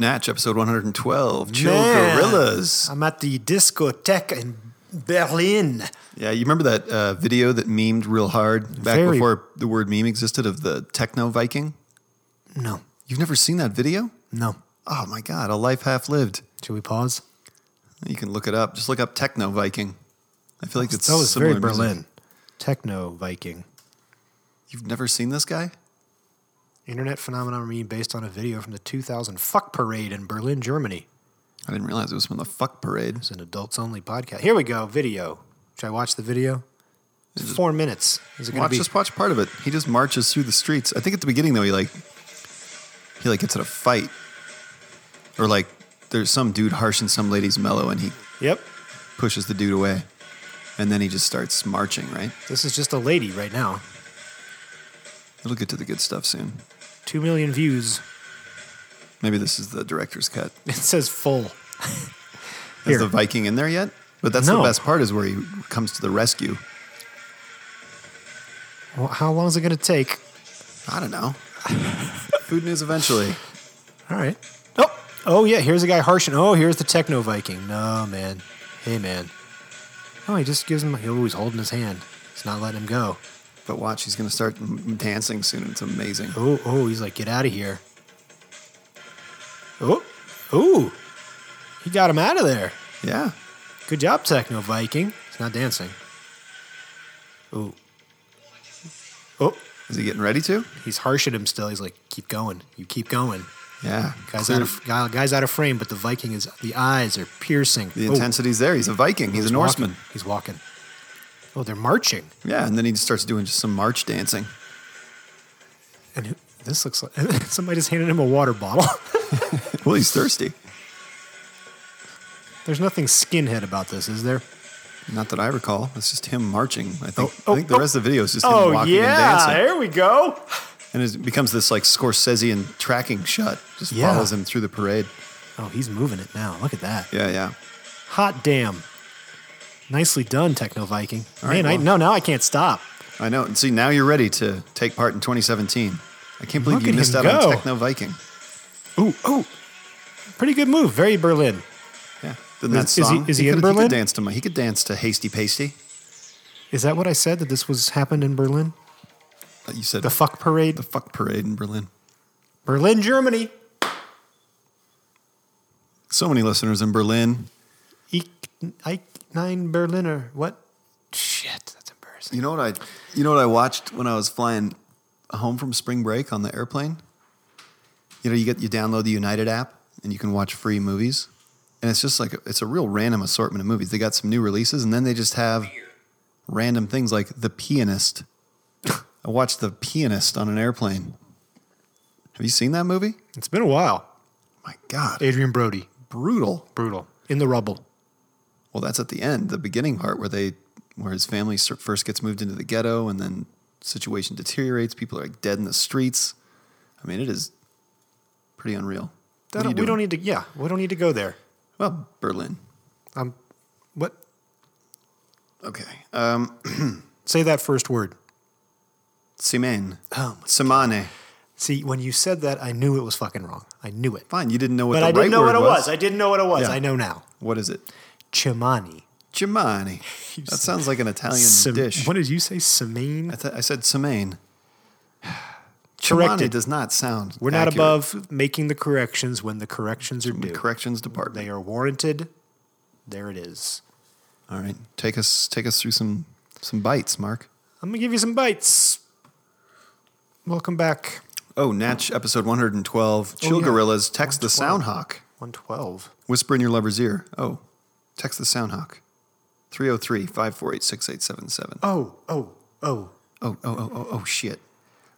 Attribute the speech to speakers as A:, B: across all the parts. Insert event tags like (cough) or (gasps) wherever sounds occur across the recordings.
A: Natch, episode 112, Chill
B: Man,
A: Gorillas.
B: I'm at the discotheque in Berlin.
A: Yeah, you remember that uh, video that memed real hard back
B: Very-
A: before the word meme existed of the techno Viking?
B: No,
A: You've never seen that video?
B: no.
A: Oh my God, a life half lived.
B: Should we pause?
A: You can look it up. Just look up techno Viking. I feel like it's
B: that was
A: similar
B: very
A: music.
B: Berlin. Techno Viking.
A: You've never seen this guy?
B: Internet phenomenon meme based on a video from the 2000 Fuck Parade in Berlin, Germany.
A: I didn't realize it was from the fuck parade.
B: It's an adults only podcast. Here we go. Video. Should I watch the video? It's four minutes. Is it going
A: Watch
B: to be?
A: just watch part of it. He just marches through the streets. I think at the beginning though, he like he like gets in a fight, or like there's some dude harshing some lady's mellow, and he
B: Yep.
A: pushes the dude away, and then he just starts marching. Right?
B: This is just a lady right now.
A: It'll get to the good stuff soon.
B: Two million views. (laughs)
A: Maybe this is the director's cut.
B: It says full. (laughs)
A: Is
B: Here.
A: the Viking in there yet? But that's the
B: No.
A: best part is where he comes to the rescue.
B: Well, how long is it going to take?
A: I don't know. (laughs) Food news eventually.
B: All right. Oh, oh yeah. Here's a guy harshing. Oh, here's the techno Viking. No man. Hey man. Oh, he just gives him. He always holding his hand. He's not letting him go.
A: But watch, he's gonna start m- dancing soon. It's amazing.
B: Oh, oh, he's like, get out of here. Oh, oh, he got him out of there.
A: Yeah.
B: Good job, techno Viking. He's not dancing. Oh, oh,
A: Is he getting ready to?
B: he's harsh at him still. He's like, keep going. You keep going.
A: Yeah.
B: Guy's
A: Clear-
B: out of guy, guy's out of frame, but the Viking is the eyes are piercing.
A: The
B: Oh.
A: intensity's there. He's a Viking. He's, a
B: walking.
A: Norseman.
B: He's walking. Oh, they're marching.
A: Yeah, and then he starts doing just some march dancing. (laughs)
B: And who- this looks like (laughs) somebody just handed him a water bottle. (laughs)
A: Well, he's thirsty.
B: There's nothing skinhead about this, is there?
A: Not that I recall. It's just him marching. I think.
B: Oh, oh,
A: I think the
B: oh.
A: rest of the video is just him walking and dancing,
B: we go.
A: and it becomes this like Scorsesean tracking shot. Just
B: Yeah.
A: follows him through the parade.
B: Oh, he's moving it now. Look at that.
A: Yeah, yeah.
B: Hot damn. Nicely done, Techno Viking.
A: All right,
B: Man, I,
A: well-
B: no, now I can't stop.
A: I know. And see, now you're ready to take part in 2017. I can't believe
B: Look
A: you
B: at him
A: missed out
B: go.
A: on Techno Viking.
B: Ooh, ooh. Pretty good move. Very Berlin.
A: Yeah. Then that
B: Is- is he-
A: song.
B: is he in
A: could, He
B: Berlin?
A: could dance to. my- He could dance to Hasty Pasty.
B: Is that what I said that this was happened in Berlin?
A: Uh, You said
B: The fuck parade?
A: the fuck parade in Berlin.
B: Berlin, Germany.
A: So many listeners in Berlin.
B: Eek, Eich, nine Berliner. What? Shit, that's embarrassing.
A: You know what I? You know what I watched when I was flying home from spring break on the airplane. You know, you get you download the United app and you can watch free movies, and it's just like it's a real random assortment of movies. They got some new releases, and then they just have random things like The Pianist. I watched The Pianist on an airplane. Have you seen that movie?
B: It's been a while.
A: My God,
B: Adrian Brody.
A: brutal.
B: Brutal. In the rubble.
A: Well, that's at the end, the beginning part where they where his family ser- first gets moved into the ghetto and then situation deteriorates, people are like dead in the streets. I mean, it is pretty unreal. What
B: That
A: are
B: don't-
A: you
B: we don't
A: doing?
B: need to, yeah, we don't need to go there.
A: Well, Berlin.
B: Um, what?
A: Okay. Uh,
B: Say that first word.
A: Simen.
B: Oh my
A: Semane.
B: See, when you said that, I knew it was fucking wrong. I knew it.
A: Fine, you didn't know what
B: But
A: the
B: I
A: right
B: didn't know
A: word
B: what it was.
A: was.
B: I didn't know what it was.
A: Yeah.
B: I know now.
A: What is it?
B: Chimani. (laughs)
A: Chimani. That sounds like an Italian
B: Sim-
A: dish.
B: What did you say? Samine?
A: I, th- I said Semane. Chimani
B: Corrected.
A: does not sound
B: We're not
A: accurate.
B: above making the corrections when the corrections are due.
A: corrections department.
B: They are warranted. There it is.
A: All right. Take us take us through some some bites, Mark.
B: I'm gonna give you some bites. Welcome back.
A: Oh, Natch episode 112. Chill
B: Oh, yeah.
A: Gorillas. Text the
B: 112.
A: Soundhawk.
B: 112.
A: Whisper in your lover's ear. Oh, text the Soundhawk. 303 548 6877.
B: Oh, oh,
A: Oh,
B: oh.
A: oh, oh, oh, oh, shit.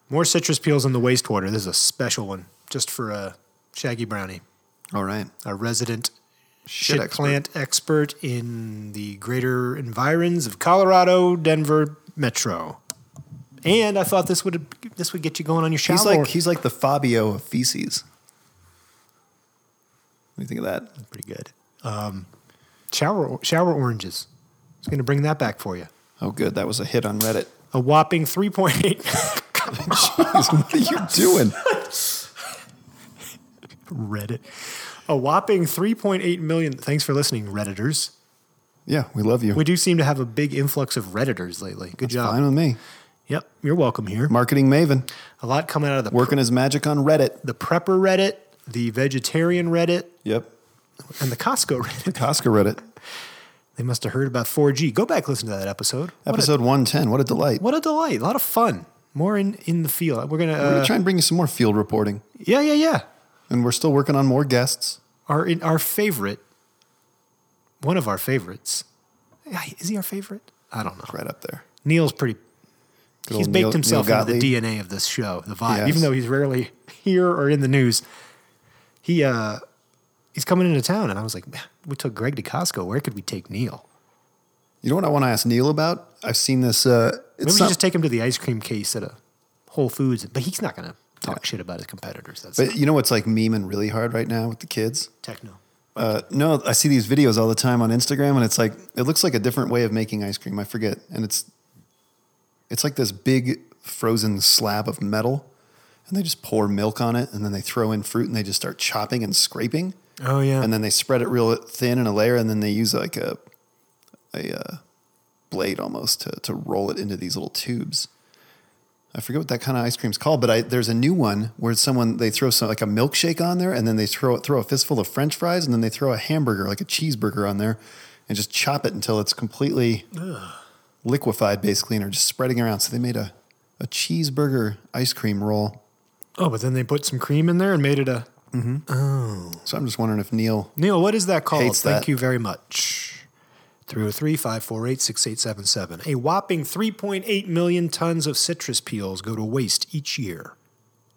B: More citrus peels in the wastewater. This is a special one just for uh, Shaggy Brownie,
A: All right.
B: our resident
A: Shit
B: shit,
A: expert.
B: plant expert in the greater environs of Colorado, Denver metro. And I thought this would this would get you going on your shower.
A: He's like, he's like the Fabio of feces. What do you think of that?
B: pretty good. Um, shower shower oranges. It's going to bring that back for you.
A: Oh, good. That was a hit on Reddit. (laughs)
B: A whopping three point eight (laughs)
A: Jeez, what are you doing?
B: Reddit. A whopping three point eight million. Thanks for listening, redditors.
A: Yeah, we love you.
B: We do seem to have a big influx of redditors lately. Good job.
A: Fine with me.
B: Yep, you're welcome here.
A: Marketing Maven
B: A lot coming out of the
A: working his magic on Reddit.
B: the prepper Reddit, the vegetarian Reddit,
A: Yep.
B: and the Costco (laughs) Reddit.
A: Costco Reddit.
B: They must have heard about 4G. Go back listen to that episode.
A: Episode 110. What a delight.
B: What a delight! A lot of fun. More in in the field. We're gonna.
A: We're going
B: Uh,
A: to try and bring you some more field reporting.
B: yeah, yeah, yeah.
A: And we're still working on more guests.
B: Our in our favorite. One of our favorites. Yeah, Is he our favorite? I don't know.
A: Right up there.
B: Neil's pretty.
A: Good
B: he's
A: old
B: baked
A: Neil-
B: himself
A: Neil
B: into the
A: Gottlieb.
B: DNA of this show, the vibe.
A: Yes.
B: Even though he's rarely here or in the news, he uh, he's coming into town, and I was like, "Man, we took Greg to Costco. Where could we take Neil?
A: You know what I want to ask Neil about? I've seen this. Uh,
B: Maybe
A: it's
B: we
A: some-
B: should just take him to the ice cream case at a Whole Foods. But he's not going to talk shit about his competitors. That's
A: but you know what's like memeing really hard right now with the kids?
B: techno.
A: Uh, no, I see these videos all the time on Instagram, and it's like it looks like a different way of making ice cream. I forget, and it's it's like this big frozen slab of metal, and they just pour milk on it, and then they throw in fruit, and they just start chopping and scraping,
B: Oh yeah,
A: and then they spread it real thin in a layer, and then they use like a a uh, blade almost to to roll it into these little tubes. I forget what that kind of ice cream's called, but I, there's a new one where it's someone they throw some like a milkshake on there, and then they throw throw a fistful of French fries, and then they throw a hamburger like a cheeseburger on there, and just chop it until it's completely liquefied, basically, and are just spreading around. So they made a a cheeseburger ice cream roll.
B: oh, but then they put some cream in there and made it a
A: So I'm just wondering if Neil
B: Neil. What is that called?
A: Hates
B: Thank
A: that.
B: you very much. 303-548-6877. A whopping 3.8 million tons of citrus peels go to waste each year.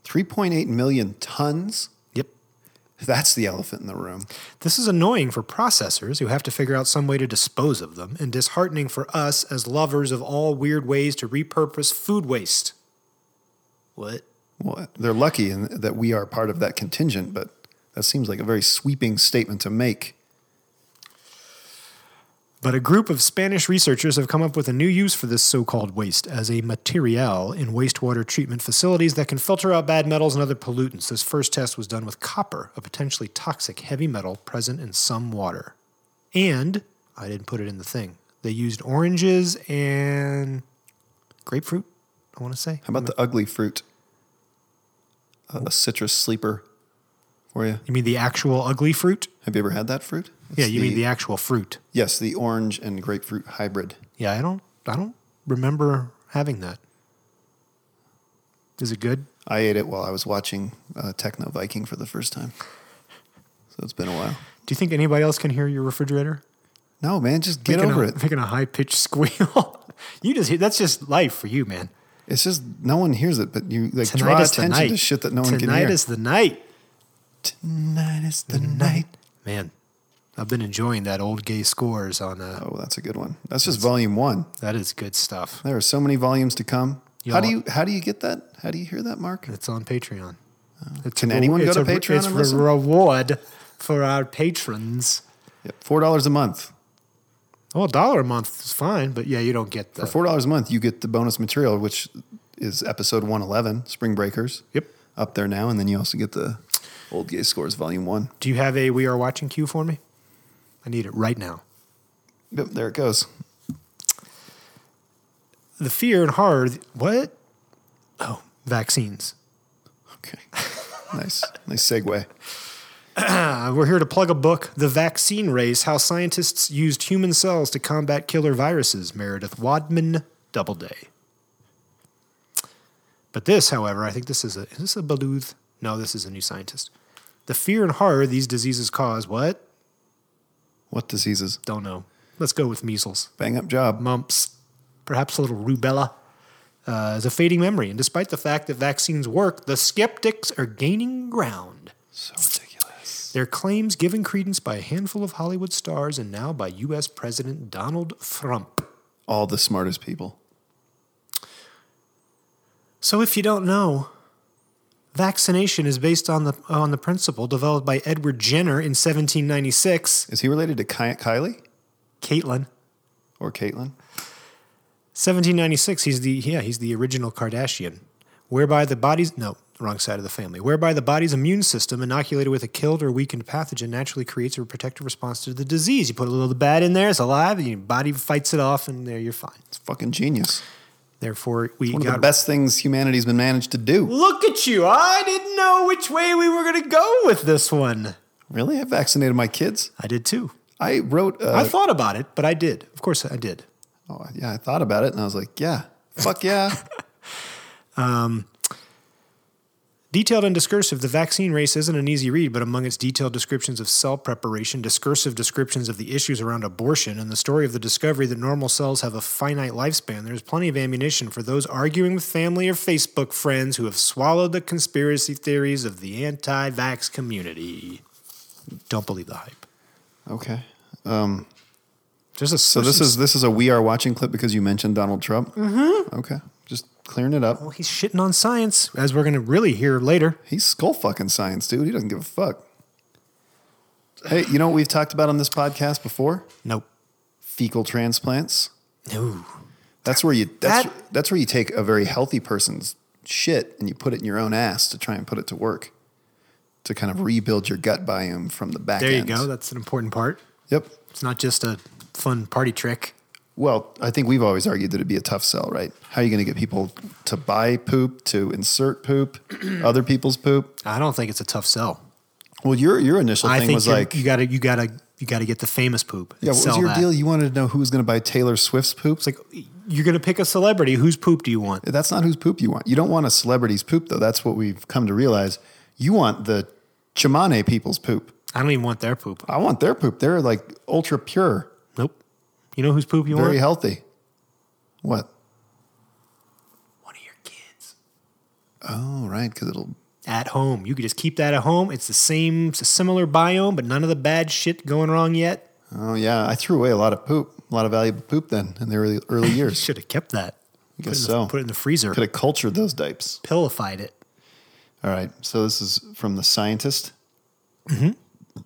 A: 3.8 million tons.
B: Yep.
A: That's the elephant in the room.
B: This is annoying for processors who have to figure out some way to dispose of them and disheartening for us as lovers of all weird ways to repurpose food waste. What?
A: Well, they're lucky in that we are part of that contingent, but that seems like a very sweeping statement to make.
B: But a group of Spanish researchers have come up with a new use for this so called waste as a material in wastewater treatment facilities that can filter out bad metals and other pollutants. This first test was done with copper, a potentially toxic heavy metal present in some water. And I didn't put it in the thing. They used oranges and grapefruit, I want to say.
A: How about the ugly fruit? A, a citrus sleeper for you.
B: You mean the actual ugly fruit?
A: Have you ever had that fruit?
B: yeah,
A: It's
B: you mean the actual fruit.
A: yes, the orange and grapefruit hybrid.
B: Yeah, I don't I don't remember having that. Is it good?
A: I ate it while I was watching uh, Techno Viking for the first time, so it's been a while.
B: Do you think anybody else can hear your refrigerator?
A: No, man, just get
B: making
A: over
B: a,
A: it.
B: Making a high pitched (laughs) squeal. you just hear- that's just life for you, man.
A: It's just no one hears it, but you like
B: Tonight
A: draw
B: is the
A: attention
B: night.
A: to shit that no
B: Tonight
A: one can hear.
B: is the night,
A: Tonight is the night.
B: man. I've been enjoying that old gay scores on. Uh,
A: Oh, that's a good one. That's just volume one.
B: That is good stuff.
A: There are so many volumes to come.
B: You
A: how
B: know
A: do you how do you get that? How do you hear that, Mark?
B: It's on Patreon. It's
A: Uh, Can
B: a-
A: anyone go
B: it's
A: to
B: a-
A: Patreon
B: It's
A: and
B: a
A: listen?
B: reward for our patrons.
A: Yep. Four dollars a month.
B: Well, a dollar a month is fine, but yeah, you don't get the.
A: For four dollars a month, you get the bonus material, which is episode one eleven, Spring Breakers.
B: Yep.
A: Up there now, and then you also get the Old Gay Scores Volume One.
B: Do you have a We Are Watching cue for me? I need it right now.
A: Yep, there it goes.
B: The fear and horror. What? Oh, vaccines. (laughs)
A: Okay. nice. Nice segue.
B: Uh, we're here to plug a book, The Vaccine Race How Scientists Used Human Cells to Combat Killer Viruses, Meredith Wadman Doubleday. But this, however, I think this is a is this a Baluth? No, this is a new scientist. The fear and horror these diseases cause. What?
A: What diseases?
B: Don't know. Let's go with measles,
A: Bang up job.
B: mumps, perhaps a little rubella. Uh, is a fading memory, and despite the fact that vaccines work, the skeptics are gaining ground.
A: So ridiculous.
B: Their claims given credence by a handful of Hollywood stars and now by U.S. President Donald Trump.
A: All the smartest people.
B: So, if you don't know, vaccination is based on the on the principle developed by Edward Jenner in 1796.
A: Is he related to Ky- Kylie
B: Caitlin,
A: or Caitlyn?
B: 1796. He's the yeah, he's the original Kardashian, whereby the body's no wrong side of the family, whereby the body's immune system inoculated with a killed or weakened pathogen naturally creates a protective response to the disease. You put a little of the bad in there, it's alive, and your body fights it off, and there you're fine.
A: It's fucking genius.
B: Therefore, we
A: One of
B: got
A: the best things humanity's been managed to do.
B: Look at you! I didn't know which way we were going to go with this one.
A: Really? I vaccinated my kids.
B: I did too.
A: I wrote. Uh,
B: I thought about it, but I did. Of course, I did.
A: oh, yeah, I thought about it and I was like, yeah, fuck
B: (laughs)
A: yeah.
B: Detailed and discursive, the vaccine race isn't an easy read, but among its detailed descriptions of cell preparation, discursive descriptions of the issues around abortion, and the story of the discovery that normal cells have a finite lifespan, there's plenty of ammunition for those arguing with family or Facebook friends who have swallowed the conspiracy theories of the anti vax community. Don't believe the hype.
A: okay.
B: There's a
A: So this is this is a we are watching clip because you mentioned Donald Trump. Mm-hmm. Okay, just clearing it up.
B: Well, he's shitting on science, as we're going to really hear later.
A: He's skull fucking science, dude. He doesn't give a fuck. Hey, you know what we've talked about on this podcast before?
B: Nope.
A: Fecal transplants.
B: No.
A: That's where you that's
B: That-
A: that's where you take a very healthy person's shit and you put it in your own ass to try and put it to work to kind of rebuild your gut biome from the back
B: There you
A: end.
B: go. That's an important part.
A: Yep.
B: It's not just a fun party trick.
A: Well, I think we've always argued that it'd be a tough sell, right? How are you going to get people to buy poop, to insert
B: (clears throat)
A: poop, other people's poop?
B: I don't think it's a tough sell.
A: Well, your your initial
B: I
A: thing
B: think
A: was
B: you're-
A: like,
B: you gotta you gotta you gotta get the famous poop. and
A: yeah, what was
B: sell
A: your
B: that.
A: deal? You wanted to know who was going to buy Taylor Swift's poop?
B: It's like you're gonna pick a celebrity. Whose poop do you want?
A: That's not whose poop you want. You don't want a celebrity's poop, though. That's what we've come to realize. You want the Chimane people's poop.
B: I don't even want their poop.
A: I want their poop. They're like ultra pure,
B: Nope. You know whose poop you
A: very
B: want?
A: healthy. What?
B: One of your kids
A: Oh, right, because it'll.
B: at home. You could just keep that at home. It's the same, it's a similar biome, but none of the bad shit going wrong yet.
A: Oh yeah, I threw away a lot of poop, a lot of valuable poop then in the early early
B: You
A: years.
B: should have kept that.
A: I guess
B: put it in
A: so.
B: the- Put it in the freezer.
A: Could have cultured those dipes.
B: Pillified it.
A: All right, so this is from the scientist.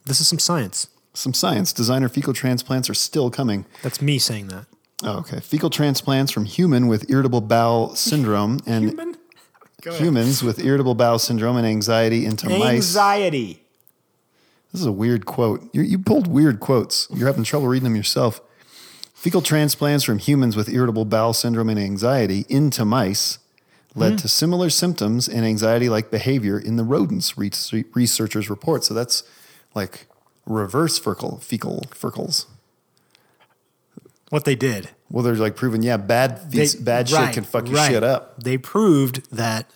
B: This is some science.
A: Some science. Designer fecal transplants are still coming.
B: That's me saying that.
A: Oh, okay. Fecal transplants from human with irritable bowel syndrome and humans with irritable bowel syndrome and anxiety into mice.
B: Anxiety.
A: This is a weird quote. you you pulled weird quotes. You're having trouble reading them yourself. Fecal transplants from humans with irritable bowel syndrome and anxiety into mice led to similar symptoms and anxiety like behavior in the rodents, re- researchers report. So that's like reverse fecal, fecal, fecals.
B: What they did.
A: Well, they're like proving, yeah, bad, fe-
B: They-
A: bad
B: right,
A: shit can fuck your
B: right.
A: shit up.
B: They proved that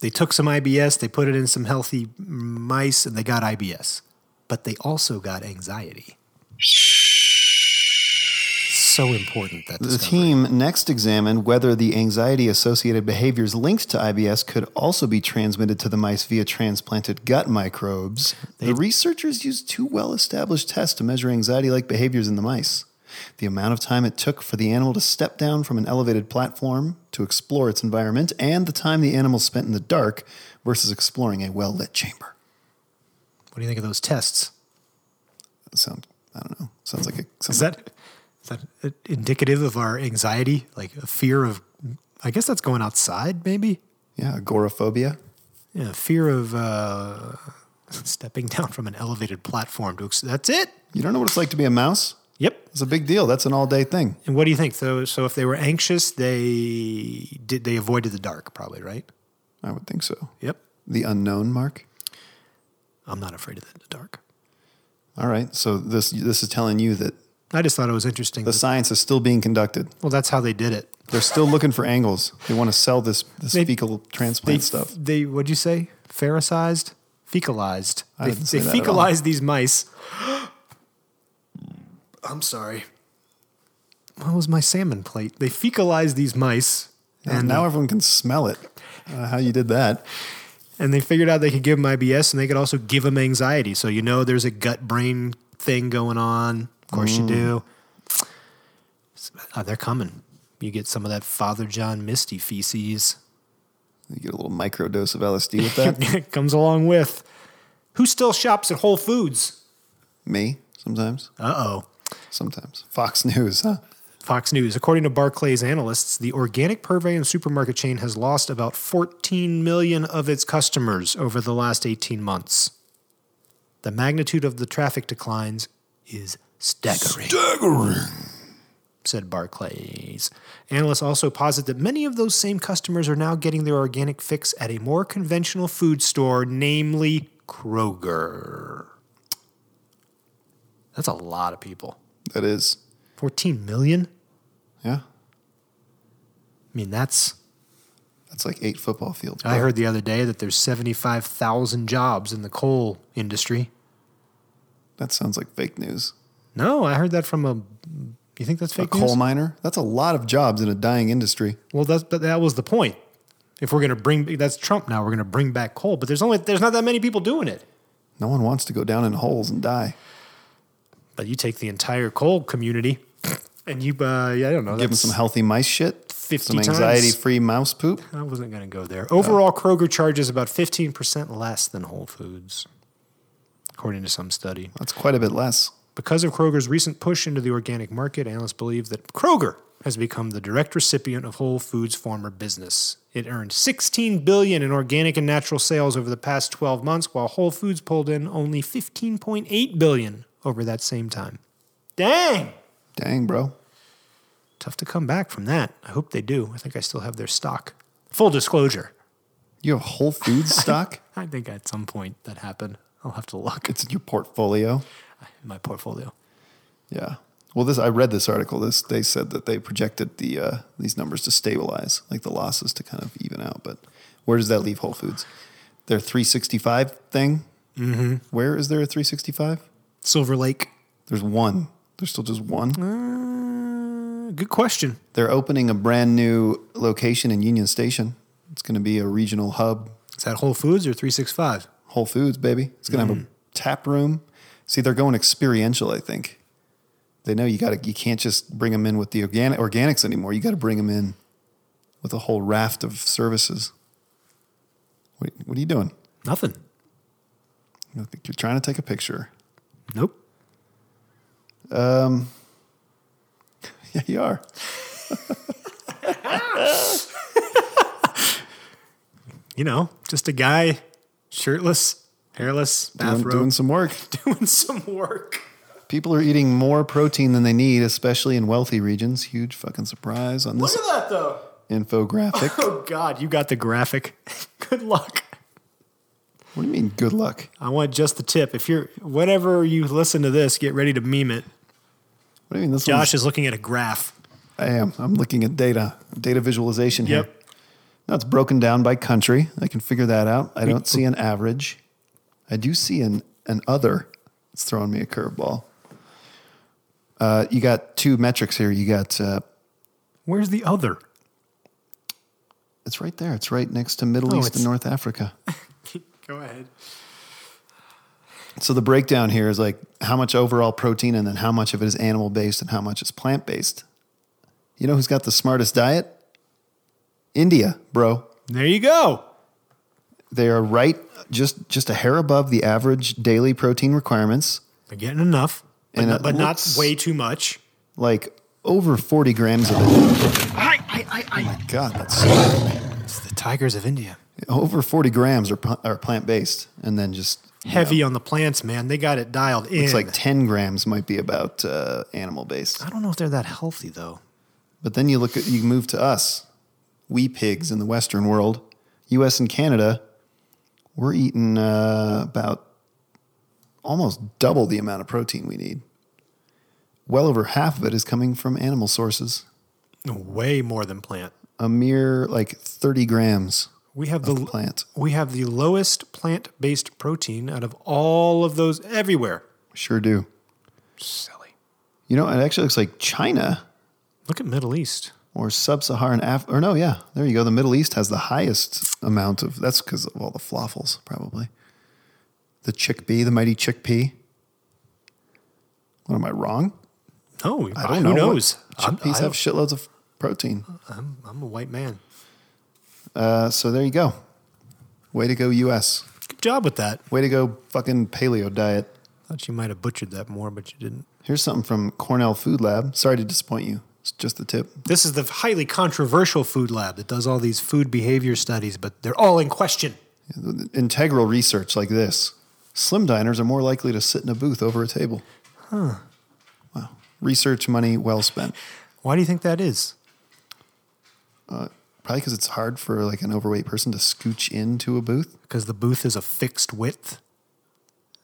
B: they took some IBS, they put it in some healthy mice, and they got IBS. But they also got anxiety. So important that
A: The
B: discovery.
A: team next examined whether the anxiety associated behaviors linked to IBS could also be transmitted to the mice via transplanted gut microbes. the researchers used two well established tests to measure anxiety like behaviors in the mice. The amount of time it took for the animal to step down from an elevated platform to explore its environment, and the time the animal spent in the dark versus exploring a well lit chamber.
B: What do you think of those tests?
A: That sounds, I don't know, sounds like a.
B: Is
A: Sounds
B: that is that indicative of our anxiety, like a fear of? I guess that's going outside, maybe.
A: yeah, agoraphobia.
B: Yeah, fear of uh, stepping down from an elevated platform to. Ex- that's it.
A: You don't know what it's like to be a mouse?
B: Yep.
A: It's a big deal. That's an all day thing.
B: And what do you think? So, so if they were anxious, they did they avoided the dark, probably, right?
A: I would think so.
B: Yep.
A: The unknown mark.
B: I'm not afraid of the dark.
A: All right. So this this is telling you that
B: I just thought it was interesting.
A: the
B: that-
A: science is still being conducted.
B: well, that's how they did it.
A: They're still looking for angles. They want to sell this this
B: They-
A: fecal
B: They,
A: transplant stuff.
B: they what'd you say? Ferricized? Fecalized.
A: I
B: they
A: didn't say
B: they
A: that at all.
B: fecalized these mice. (gasps) I'm sorry. What was my salmon plate? They fecalized these mice
A: And now everyone can smell it. Uh, how you did that?
B: and they figured out they could give them IBS and they could also give them anxiety. So you know there's a gut brain thing going on. Of course you do. Oh, they're coming. You get some of that Father John Misty feces. (laughs)
A: You get a little micro dose of LSD with that.
B: comes along with. Who still shops at Whole Foods?
A: Me sometimes,
B: Uh oh.
A: sometimes. Fox News, huh?
B: Fox News. According to Barclays analysts, the organic purvey and supermarket chain has lost about 14 million of its customers over the last 18 months. The magnitude of the traffic declines is staggering, said Barclays. Analysts also posit that many of those same customers are now getting their organic fix at a more conventional food store, namely Kroger. That's a lot of people.
A: That is,
B: 14 million?
A: yeah.
B: I mean, that's.
A: That's like eight football fields.
B: I heard the other day that there's 75,000 jobs in the coal industry.
A: That sounds like fake news.
B: No, I heard that from a. You think that's
A: A
B: fake
A: coal
B: news?
A: miner? That's a lot of jobs in a dying industry.
B: Well, that's but that was the point. If we're going to bring that's Trump now, we're going to bring back coal, but there's only there's not that many people doing it.
A: No one wants to go down in holes and die.
B: But you take the entire coal community, and you uh, yeah, I don't know.
A: Give them
B: that's-
A: some healthy mice shit.
B: 50
A: Some
B: times.
A: anxiety-free mouse poop.
B: I wasn't going to go there. Overall, Kroger charges about 15% less than Whole Foods, according to some study.
A: That's quite a bit less.
B: Because of Kroger's recent push into the organic market, analysts believe that Kroger has become the direct recipient of Whole Foods' former business. It earned 16 billion in organic and natural sales over the past 12 months, while Whole Foods pulled in only 15.8 billion over that same time. Dang!
A: Dang, bro.
B: Tough to come back from that. I hope they do. I think I still have their stock. Full disclosure.
A: You have Whole Foods stock?
B: I think at some point that happened. I'll have to look (laughs)
A: It's in your portfolio.
B: at my portfolio.
A: Yeah. Well, this I read this article. This they said that they projected the uh, these numbers to stabilize, like the losses to kind of even out. But where does that leave Whole Foods? Their 365 thing. Mm-hmm. is there a 365?
B: Silver Lake.
A: There's one. There's still just one.
B: Uh, good question.
A: They're opening a brand new location in Union Station. It's going to be a regional hub.
B: Is that Whole Foods or 365?
A: Whole Foods, baby. It's going to
B: Mm.
A: have a tap room. See, they're going experiential. I think they know you got to. You can't just bring them in with the organic organics anymore. You got to bring them in with a whole raft of services. What, what are you doing?
B: Nothing.
A: I think you're trying to take a picture. (laughs)
B: Nope.
A: Yeah, you are.
B: You know, just a guy, shirtless, hairless,
A: Doing, doing
B: bathrobe,
A: some work.
B: (laughs) doing, some work.
A: People are eating more protein than they need, especially in wealthy regions. Huge fucking surprise on this
B: Look at that though. (laughs)
A: infographic.
B: Oh God, you got the graphic. (laughs) good luck.
A: What do you mean, good luck?
B: I want just the tip. If you're whenever you listen to this, get ready to meme it.
A: What do you mean, this
B: Josh is looking at a graph.
A: one's- I am. I'm looking at data, data visualization here.
B: Yep.
A: Now it's broken down by country. I can figure that out. I don't see an average. I do see an, an other. It's throwing me a curveball. Uh, you got two metrics here. You got, uh,
B: Where's the other?
A: it's right there. It's right next to Middle
B: Oh,
A: East and
B: it's-
A: North
B: (laughs)
A: Africa.
B: (laughs) Go ahead.
A: So the breakdown here is like how much overall protein and then how much of it is animal based and how much is plant based. You know who's got the smartest diet? India, bro.
B: There you go.
A: They are right just just a hair above the average daily protein requirements,
B: They're getting enough, but,
A: And
B: no-
A: it
B: but
A: looks-
B: not way too much.
A: like over 40 grams of it. My God, that's so,
B: It's the tigers of India.
A: over 40 grams are, pu- are plant based, and then just you
B: Heavy
A: know,
B: on the plants, man. They got it dialed in.
A: it's like 10 grams might be about uh, animal based.
B: I don't know if they're that healthy though.
A: But then you look at you move to us, we pigs in the Western world, U.S. and Canada, we're eating uh, about almost double the amount of protein we need. Well over half of it is coming from animal sources.
B: Way more than plant.
A: A mere like 30 grams
B: We have the
A: of plant.
B: we have the lowest plant-based protein out of all of those everywhere.
A: Sure do.
B: Silly.
A: You know, it actually looks like China
B: Look at Middle East.
A: or sub-Saharan Africa. Or no, yeah, there you go. The Middle East has the highest amount of. That's because of all the floffles, probably. The chickpea, the mighty chickpea. What am I wrong?
B: No,
A: I don't
B: who
A: know. what-
B: knows? I'm,
A: Chickpeas
B: I
A: have shitloads of protein.
B: am I'm a white man.
A: Uh, so there you go. Way to go, U.S.
B: Good job with that.
A: Way to go, fucking paleo diet.
B: Thought you might have butchered that more, but you didn't.
A: Here's something from Cornell Food Lab. Sorry to disappoint you. It's just the tip.
B: This is the highly controversial food lab that does all these food behavior studies, but they're all in question.
A: Integral research like this. Slim diners are more likely to sit in a booth over a table. Huh. Wow. Research money well spent.
B: Why do you think that is?
A: Probably because it's hard for like an overweight person to scooch into a booth.
B: Because the booth is a fixed width.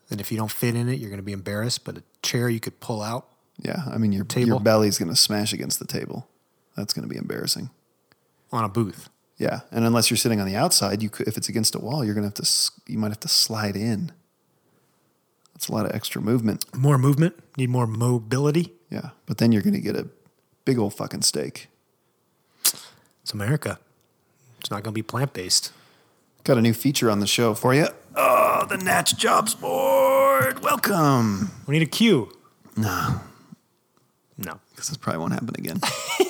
B: And if you don't fit in it, you're going to be embarrassed. But a chair you could pull out.
A: Yeah, I mean your
B: Table.
A: your belly's going to smash against the table. That's going to be embarrassing.
B: on a booth.
A: Yeah, and unless you're sitting on the outside, you could, if it's against a wall, you're going to have to s- you might have to slide in. That's a lot of extra movement.
B: More movement, need more mobility.
A: Yeah, but then you're going to get a big old fucking steak.
B: It's America. It's not going to be plant based.
A: Got a new feature on the show for you. Oh, the Natch Jobs Board. Welcome.
B: We need a queue. No.
A: Because this probably won't happen again.
B: No.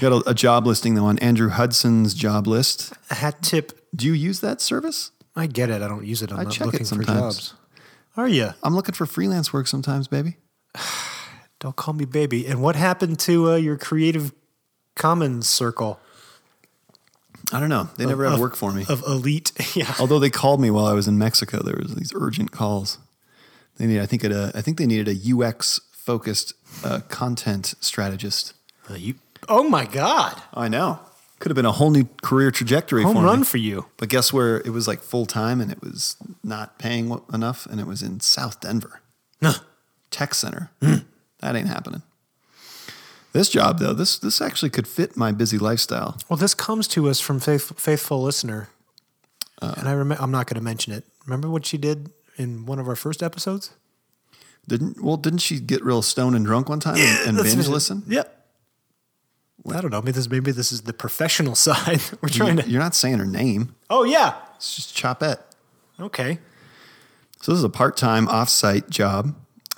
A: Got a, a job listing though on Andrew Hudson's job list.
B: Hat tip.
A: Do you use that service?
B: I get it. I don't use it. I'm
A: I
B: not
A: check it
B: looking for
A: sometimes.
B: jobs. Are you?
A: I'm looking for freelance work sometimes, baby.
B: Don't call me baby. And what happened to uh, your creative commons circle
A: I don't know. They never had work for me.
B: of elite? (laughs) yeah.
A: Although they called me while I was in Mexico, there was these urgent calls. They need, I think, it, uh, I think they needed a UX focused uh, content strategist.
B: Uh, you, oh my God.
A: I know. Could have been a whole new career trajectory
B: Home
A: for me.
B: run for you.
A: But guess where it was like full time and it was not paying w- enough and it was in South Denver. Tech center.
B: Hmm.
A: That ain't happening. This job though, this this actually could fit my busy lifestyle.
B: Well, this comes to us from faith, faithful listener, and I remember I'm not going to mention it. Remember what she did in one of our first episodes?
A: Didn't well, didn't she get real stoned and drunk one time and, and
B: That's-
A: binge listen?
B: Yep. I don't know. Maybe this maybe this is the professional (laughs) side we're trying
A: You,
B: to.
A: you're not saying her name.
B: Oh yeah.
A: It's just Chopette.
B: Okay.
A: So this is a part-time off-site job.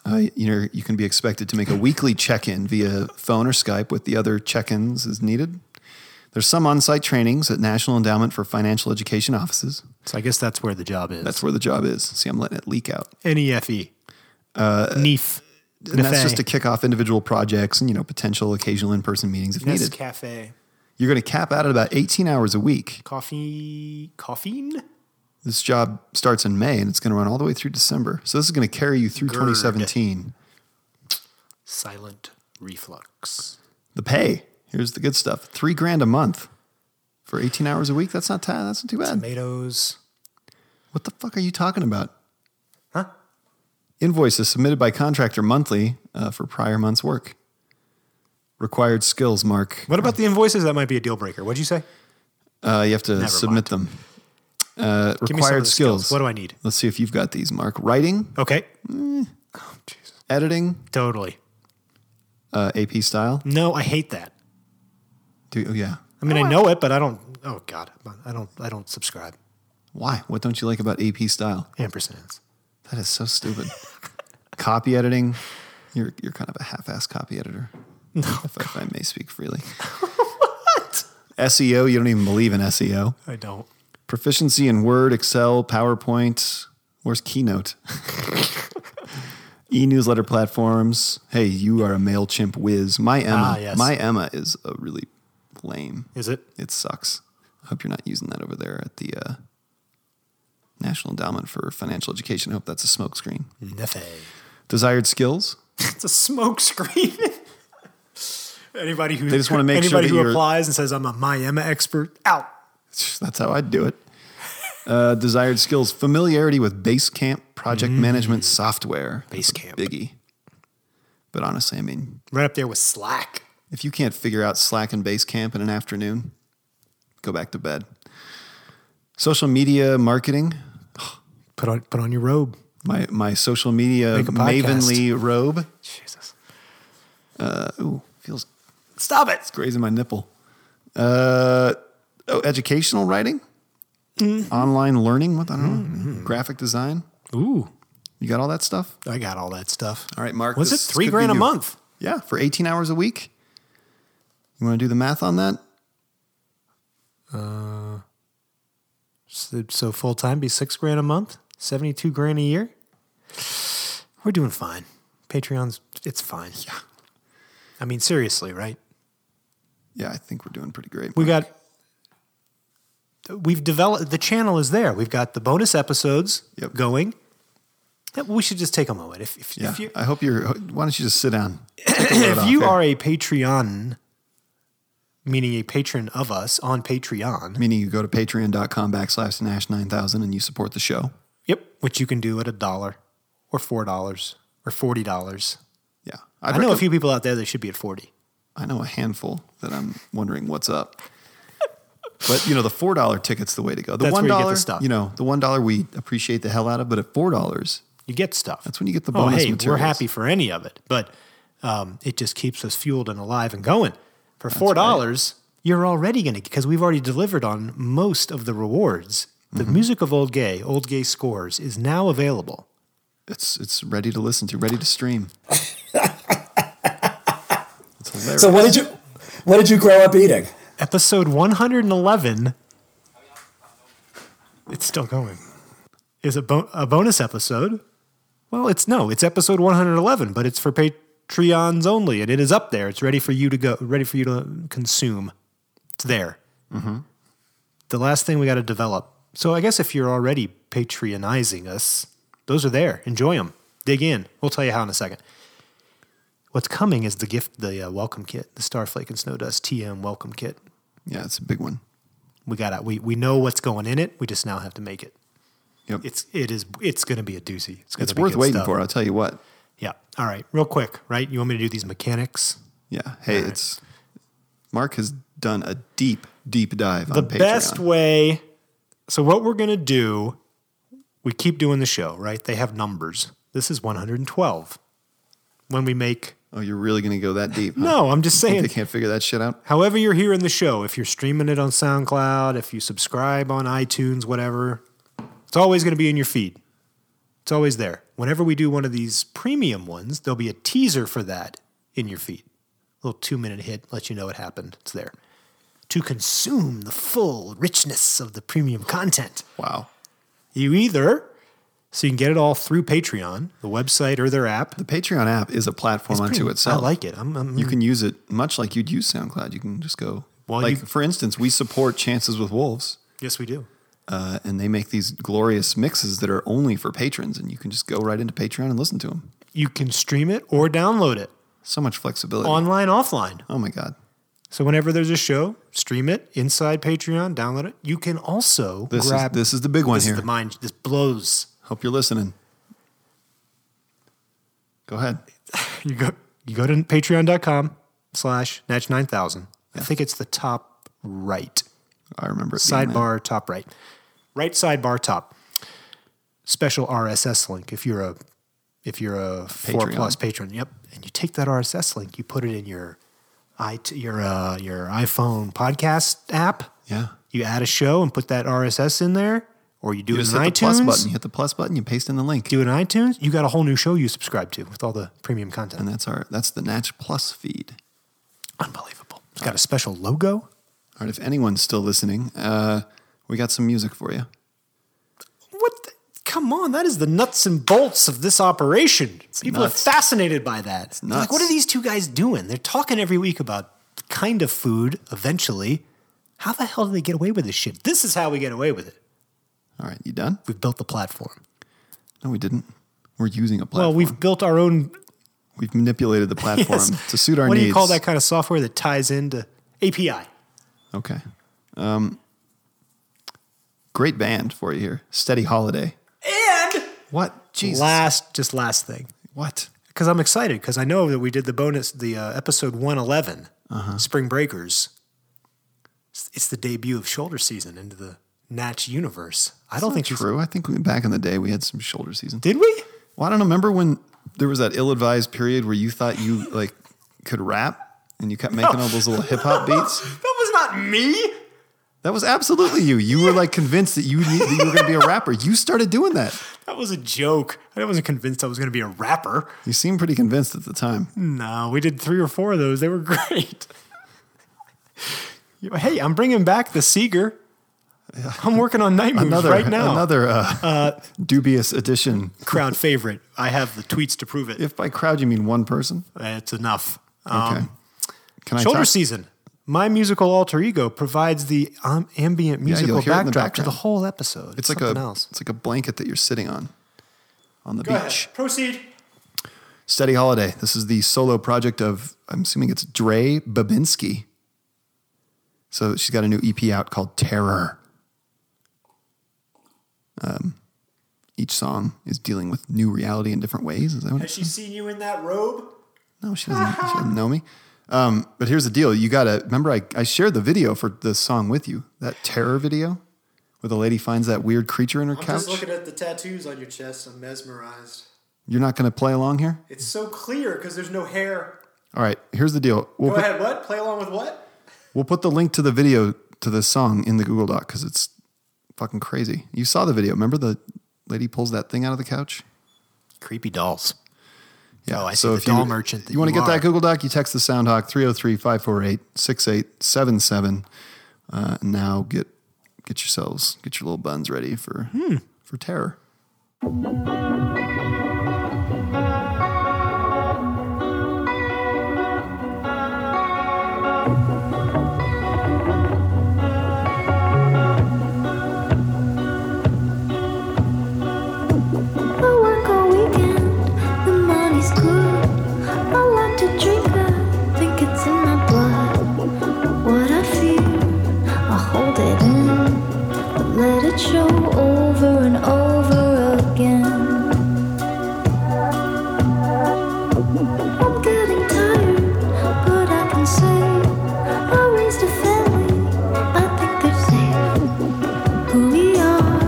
A: Uh, you know, you can be expected to make a weekly check-in via phone or Skype with the other check-ins as needed. There's some on-site trainings at National Endowment for Financial Education offices.
B: So I guess that's where the job is.
A: That's where the job is. See, I'm letting it leak out.
B: NEFE. Uh, E. NEEF.
A: And that's just to kick off individual projects and, you know, potential occasional in-person meetings if needed.
B: cafe.
A: You're going to cap out at about 18 hours a week.
B: Coffee. Caffeine.
A: This job starts in May and it's going to run all the way through December. So this is going to carry you through 2017.
B: Silent reflux.
A: The pay. Here's the good stuff. Three grand a month for 18 hours a week. That's not t- that's not too bad.
B: Tomatoes.
A: What the fuck are you talking about?
B: Huh?
A: Invoices submitted by contractor monthly uh, for prior month's work. Required skills, Mark.
B: What about the invoices? That might be a deal breaker. What'd you say?
A: Uh, you have to submit them. Uh,
B: me some of
A: required
B: the skills.
A: skills.
B: What do I need?
A: Let's see if you've got these, Mark. Writing,
B: Okay. Oh, jeez.
A: editing,
B: Totally.
A: uh, AP style.
B: No, I hate that.
A: Do, oh, yeah.
B: I mean, I know it, but I don't. Oh God, I don't. I don't subscribe.
A: Why? What don't you like about AP style?
B: Ampersands.
A: That is so stupid. copy editing. You're you're kind of a half-ass copy
B: (laughs)
A: editor. if, I- if I may speak freely. what? SEO. You don't even believe in SEO.
B: I don't.
A: Proficiency in Word, Excel, PowerPoint. Where's
B: (laughs)
A: Keynote? E-newsletter platforms. Hey, you are a Mailchimp whiz. My Emma.
B: Ah, yes.
A: My Emma is a really lame.
B: Is it?
A: It sucks. I hope you're not using that over there at the uh, National Endowment for Financial Education. I hope that's a smokescreen.
B: Nefe.
A: Desired skills.
B: It's a smoke screen. (laughs) anybody who
A: They just wanna make sure
B: anybody
A: that
B: who
A: you're-
B: applies and says I'm a Miami expert out.
A: That's how I'd do it. Uh, desired skills. Familiarity with Basecamp project management software. That's a
B: Mm. Basecamp.
A: Biggie. But honestly, I mean,
B: Right up there with Slack.
A: If you can't figure out Slack and Basecamp in an afternoon, go back to bed. Social media marketing.
B: Put on put on your robe.
A: My my social media
B: Make a podcast.
A: mavenly robe.
B: Jesus.
A: Uh, ooh, feels
B: Stop it.
A: it's grazing my nipple. Uh, oh, educational writing,
B: Mm-hmm.
A: online learning. What I don't know. Graphic design.
B: Ooh.
A: You got all that stuff.
B: I got all that stuff.
A: All right, Mark.
B: Was it
A: this
B: three
A: could be
B: grand a
A: you.
B: month?
A: Yeah, for 18 hours a week. You want to do the math on that?
B: So, so full time be six grand a month, seventy two grand a year. We're doing fine. Patreon's it's fine. Yeah. I mean, seriously, right?
A: Yeah, I think we're doing pretty great.
B: We got we've developed the channel is there. We've got the bonus episodes
A: Yep.
B: going. Yeah, We should just take a moment. If if,
A: yeah,
B: if you
A: I hope you're. Why don't you just sit down?
B: if you
A: here.
B: are a Patreon, meaning a patron of us on Patreon,
A: Meaning you go to patreon.com backslash Nash 9000 and you support the show.
B: yep, which you can do at a dollar or four dollars or forty dollars.
A: Yeah.
B: I know a few people out there that should be at forty.
A: I know a handful that I'm wondering what's up. But you know, the four dollar ticket's the way to go. The
B: That's where
A: one
B: you get the
A: dollar,
B: stuff.
A: you know, the one dollar we appreciate the hell out of, but at four dollars,
B: You get stuff.
A: that's when you get the
B: oh,
A: bonus
B: hey,
A: materials.
B: we're happy for any of it, but um, it just keeps us fueled and alive and going. For four dollars, you're already going to because we've already delivered on most of the rewards. The
A: Mm-hmm.
B: music of Old Gay, Old Gay Scores, is now available.
A: It's it's ready to listen to, ready to stream. it's hilarious.
C: So what did you what did you grow up eating?
B: Episode 111. It's still going. Is a, bo- a bonus episode. Well, it's no, it's episode 111, but it's for Patreons only, and it is up there. It's ready for you to go, ready for you to consume. It's there. The last thing we got to develop. So I guess if you're already patronizing us, those are there. Enjoy them. Dig in. We'll tell you how in a second. What's coming is the gift, the uh, welcome kit, the Starflake and Snowdust TM welcome kit.
A: yeah, it's a big one.
B: We got to we we know what's going in it. We just now have to make it.
A: Yep. It's,
B: It's it is it's going to be a doozy. It's, gonna be
A: worth
B: good
A: waiting
B: stuff.
A: for, I'll tell you what.
B: Yeah. All right. Real quick, right? You want me to do these mechanics?
A: Yeah. Hey, it's Mark has done a deep, deep dive
B: The
A: on Patreon.
B: best way. So what we're going to do, we keep doing the show, right? They have numbers. This is 112. When we make
A: oh, you're really gonna go that deep. huh?
B: No, I'm just
A: You think
B: saying.
A: Oh. they can't figure that shit out.
B: However, you're hearing the show, if you're streaming it on SoundCloud, if you subscribe on iTunes, whatever, it's always going to be in your feed. It's always there. Whenever we do one of these premium ones, there'll be a teaser for that in your feed. A little two minute hit, let you know it happened. It's there. To consume the full richness of the premium content,
A: Wow.
B: you either, so you can get it all through Patreon, the website, or their app.
A: The Patreon app is a platform unto
B: Pretty-
A: itself.
B: I like it. I'm, I'm
A: you can use it much like you'd use SoundCloud. You can just go
B: Well,
A: like
B: you-
A: for instance, we support Chances with Wolves,
B: yes, we do.
A: uh, and they make these glorious mixes that are only for patrons, and you can just go right into Patreon and listen to them.
B: You can stream it or download it.
A: So much flexibility.
B: online, offline.
A: oh my god,
B: So whenever there's a show, stream it inside Patreon, download it. You can also
A: this
B: grab
A: is this is the big one
B: this
A: here.
B: is the mind this blows.
A: Hope you're listening. Go ahead.
B: You go you go to patreon.com slash natch nine thousand. I think it's the top right.
A: I remember it being there.
B: Sidebar top right. Right sidebar top. Special RSS link if you're a if you're a four
A: Patreon.
B: plus patron. Yep. And you take that RSS link, you put it in your it your uh, your iPhone podcast app.
A: Yeah.
B: You add a show and put that RSS in there, or you do
A: You
B: it
A: just
B: in
A: hit the plus button.
B: iTunes.
A: You hit the plus button. You paste in the link,
B: Do it in iTunes. You got a whole new show you subscribe to with all the premium content.
A: and that's our that's the Natch Plus feed.
B: Unbelievable. It's got a special logo.
A: All right, if anyone's still listening, uh, we got some music for you.
B: What? The, come on, that is the nuts and bolts of this operation. People
A: nuts.
B: are fascinated by that. They're Like,
A: nuts.
B: what are these two guys doing? They're talking every week about the kind of food. Eventually, how the hell do they get away with this shit? This is how we get away with it.
A: All right, you done?
B: We've built the platform.
A: No, we didn't. We're using a platform.
B: Well,
A: we've
B: we've built our own (laughs)
A: we've manipulated the platform
B: Yes.
A: to suit our
B: what
A: needs.
B: do you call that kind of software that ties into API?
A: Okay. Um, great band for you here. Steady Holiday.
B: And
A: What? Jesus.
B: last, just last thing,
A: what?
B: because I'm excited because I know that we did the bonus, the uh, episode 111,
A: Uh-huh.
B: Spring Breakers. It's, it's the debut of shoulder season into the Natch universe. I don't think we-
A: True. I think we, back in the day we had some shoulder season.
B: did we?
A: Well, I don't know. Remember when there was that ill-advised period where you thought you like could rap and you kept making all those little hip hop beats?
B: That was not me.
A: That was absolutely you. You were like convinced that you need, that you were going to be a rapper. You started doing that.
B: That was a joke. I wasn't convinced I was going to be a rapper.
A: You seemed pretty convinced at the time.
B: No, we did three or four of those. They were (laughs) great. hey, I'm bringing back the Seeger. I'm working on night moves
A: Another
B: right now.
A: another uh, dubious addition.
B: crowd favorite. I have the tweets to prove it.
A: If by crowd you mean one person,
B: That's Uh, enough.
A: okay.
B: Um,
A: Can I
B: shoulder
A: talk?
B: season. My musical alter ego provides the um, ambient musical
A: you'll hear it in the
B: backdrop to the
A: background.
B: whole episode.
A: It's like a
B: something else.
A: it's like a blanket that you're sitting on on the beach.
B: Proceed.
A: Steady Holiday. This is the solo project of, I'm assuming it's Dre Babinski. So she's got a new EP out called Terror. Um, each song is dealing with new reality in different ways. Is that what it
B: she seen you in that robe?
A: no, she doesn't, she doesn't know me. Um, but here's the deal. You got to remember, I, I shared the video for the song with you, that terror video where the lady finds that weird creature in her couch.
B: at the tattoos on your chest. I'm mesmerized.
A: You're not going to play along here?
B: It's so clear because there's no hair.
A: All right, here's the deal. We'll put-
B: ahead. What? Play along with what?
A: We'll put the link to the video to the song in the Google Doc because it's fucking crazy. You saw the video. Remember the lady pulls that thing out of the couch?
B: Creepy dolls.
A: Yeah.
B: Oh, I see the doll merchant that
A: you want to
B: you
A: get
B: are.
A: that Google Doc, you text the Soundhawk 303 548 6877. uh, Now get get yourselves, get your little buns ready for
B: Hmm.
A: for terror.
D: I work all weekend, the money's good. I want to drink I think it's in my blood. What I feel, I hold it in, but let it show over and over again. I'm getting tired, but I can say I raised a family. I think they're safe. Who we are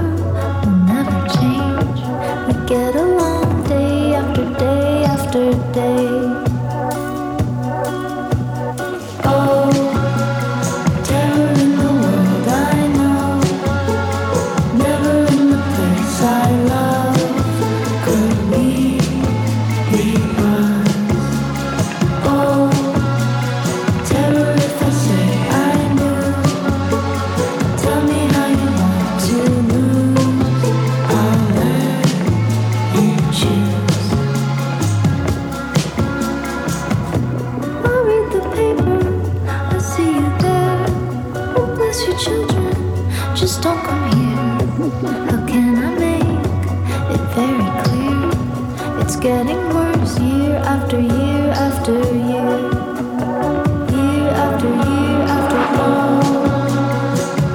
D: will never change. We get along day after day after day. Oh, terror in the world I know. Never in the place I love could we be us. Oh, terror if I say I knew. Tell me how you want to lose. I'll let you choose. I read the paper, I see you there. Oh, bless your children, just don't come here. How can I make it very clear? It's getting worse year after year after year. Year after year after all.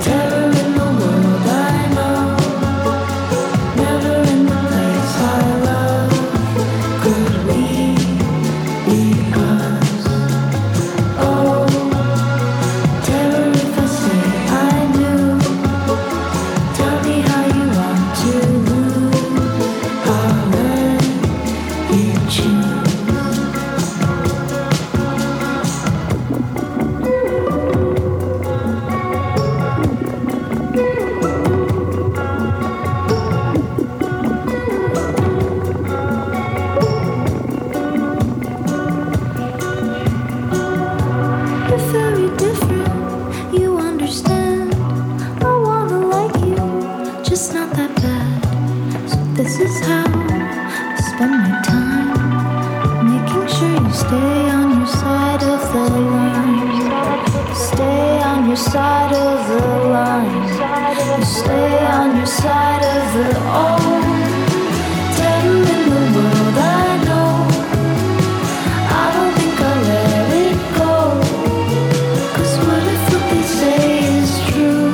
D: Terror in the world I know. Never in the place I love could we be us. Oh, terror if I say I knew. Tell me how you want to move. I'll let you choose. You're very different, you understand. I wanna like you, just not that bad. So this is how I spend my time, making sure you stay on your side of the line. Stay on your side of the line. You stay on your side of the oh. Tell in the world I know. I don't think I'll let it go. 'Cause what if what they say is true?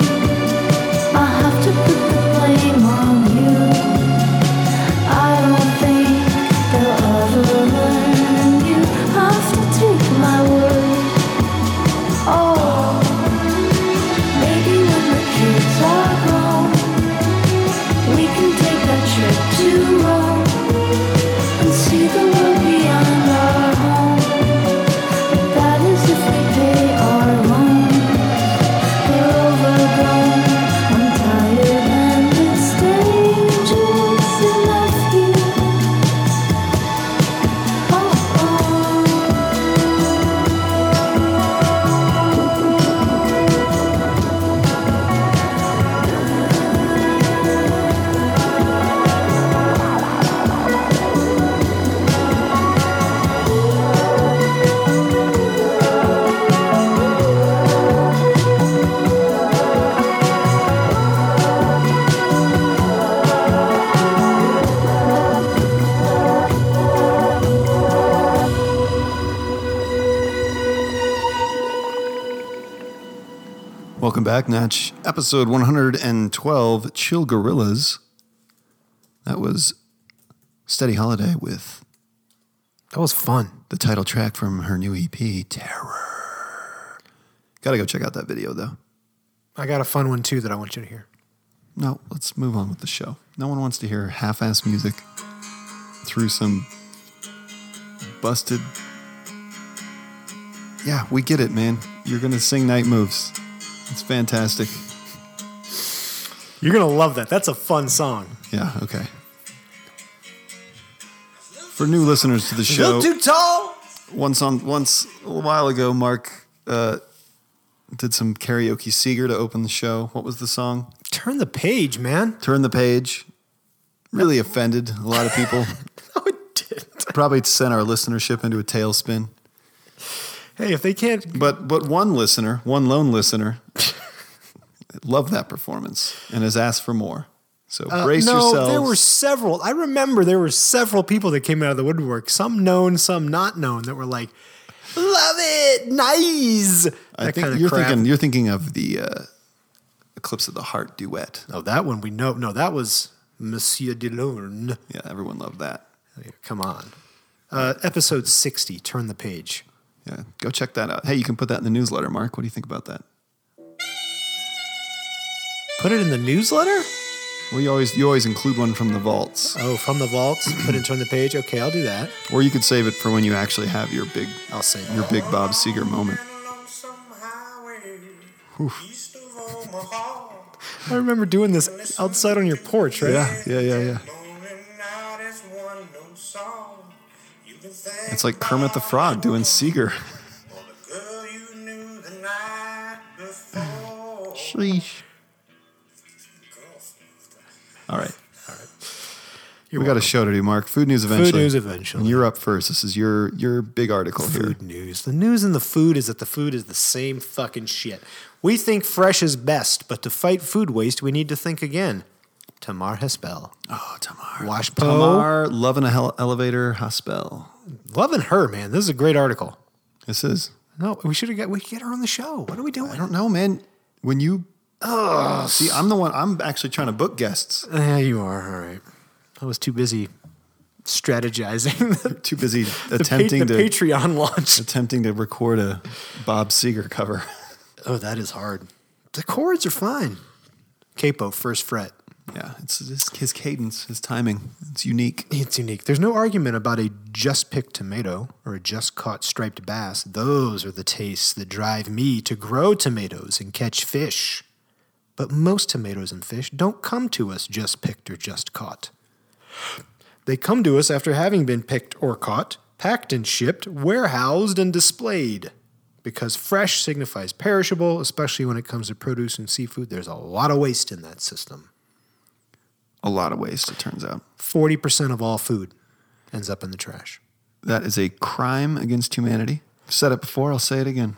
D: I have to put the blame on you. I don't think they'll ever let Oh, Oh,
A: Welcome back, Notch. Episode 112 Chill Gorillas. That was Steady Holiday with
B: That was fun.
A: the title track from her new EP, Terror. Gotta go check out that video, though.
B: I got a fun one too that I want you to hear.
A: No, let's move on with the show. No one wants to hear half ass music through some busted. Yeah, we get it, man. You're gonna sing Night Moves. It's fantastic.
B: You're gonna love that. That's a fun song.
A: Yeah, okay. For new listeners to the show,
B: tall.
A: once on once a little while ago, Mark uh, did some karaoke Seeger to open the show. What was the song?
B: Turn the page, man.
A: Turn the page. Really offended a lot of
B: (laughs)
A: people.
B: No, it didn't.
A: Probably sent our listenership into a tailspin.
B: Hey, if they can't,
A: But but one listener, one lone listener, (laughs) loved that performance and has asked for more. So
B: uh,
A: brace
B: no,
A: yourselves.
B: there were several. I remember there were several people that came out of the woodwork. Some known, some not known, that were like, "Love it, nice."
A: I
B: that
A: think
B: kinda
A: you're
B: crap.
A: thinking you're thinking of the uh, Eclipse of the Heart duet.
B: No, Oh, that one we know. No, that was Monsieur Delorme.
A: Yeah, everyone loved that.
B: Come on. Uh, episode 60, Turn the Page.
A: Yeah, go check that out. Hey, you can put that in the newsletter, Mark. What do you think about that?
B: Put it in the newsletter?
A: Well, you always you always include one from the vaults,
B: Oh, from the vaults, put in Turn the Page. Okay, I'll do that.
A: or you could save it for when you actually have your big
B: I'll say
A: your big Bob Seger moment.
B: I remember doing this outside on your porch, right?
A: yeah, yeah, yeah. It's like Kermit the Frog doing Seeger. (sighs) Sheesh. All right. we got a show to do, Mark. Food news eventually.
B: news
A: And
B: eventually.
A: you're up first. This is your your big article here.
B: Food news. The news and the food is that the food is the same fucking shit. We think fresh is best, but to fight food waste, we need to think again. Tamar Hespel.
A: Oh, Tamar.
B: Wash Tamar.
A: Tamar, love in a hel- elevator, Hospel.
B: Loving her, man. This is a great article.
A: This is.
B: No, we should have got we should get her on the show. What are we doing?
A: I don't know, man. When you. Oh, see, I'm the one. I'm actually trying to book guests.
B: Yeah, you are. All right. I was too busy strategizing (laughs) the,
A: Too busy
B: the, pa-
A: attempting
B: the
A: to
B: Patreon launch.
A: attempting to record a Bob Seger cover. (laughs)
B: Oh, that is hard. The chords are fine. Capo, first fret.
A: Yeah, it's his, his cadence, his timing. It's unique.
B: It's unique. There's no argument about a just picked tomato or a just caught striped bass. Those are the tastes that drive me to grow tomatoes and catch fish. But most tomatoes and fish don't come to us just picked or just caught. They come to us after having been picked or caught, packed and shipped, warehoused and displayed. Because fresh signifies perishable, especially when it comes to produce and seafood, there's a lot of waste in that system.
A: A lot of waste, it turns out.
B: 40% of all food ends up in the trash.
A: That is a crime against humanity. I've said it before, I'll say it again.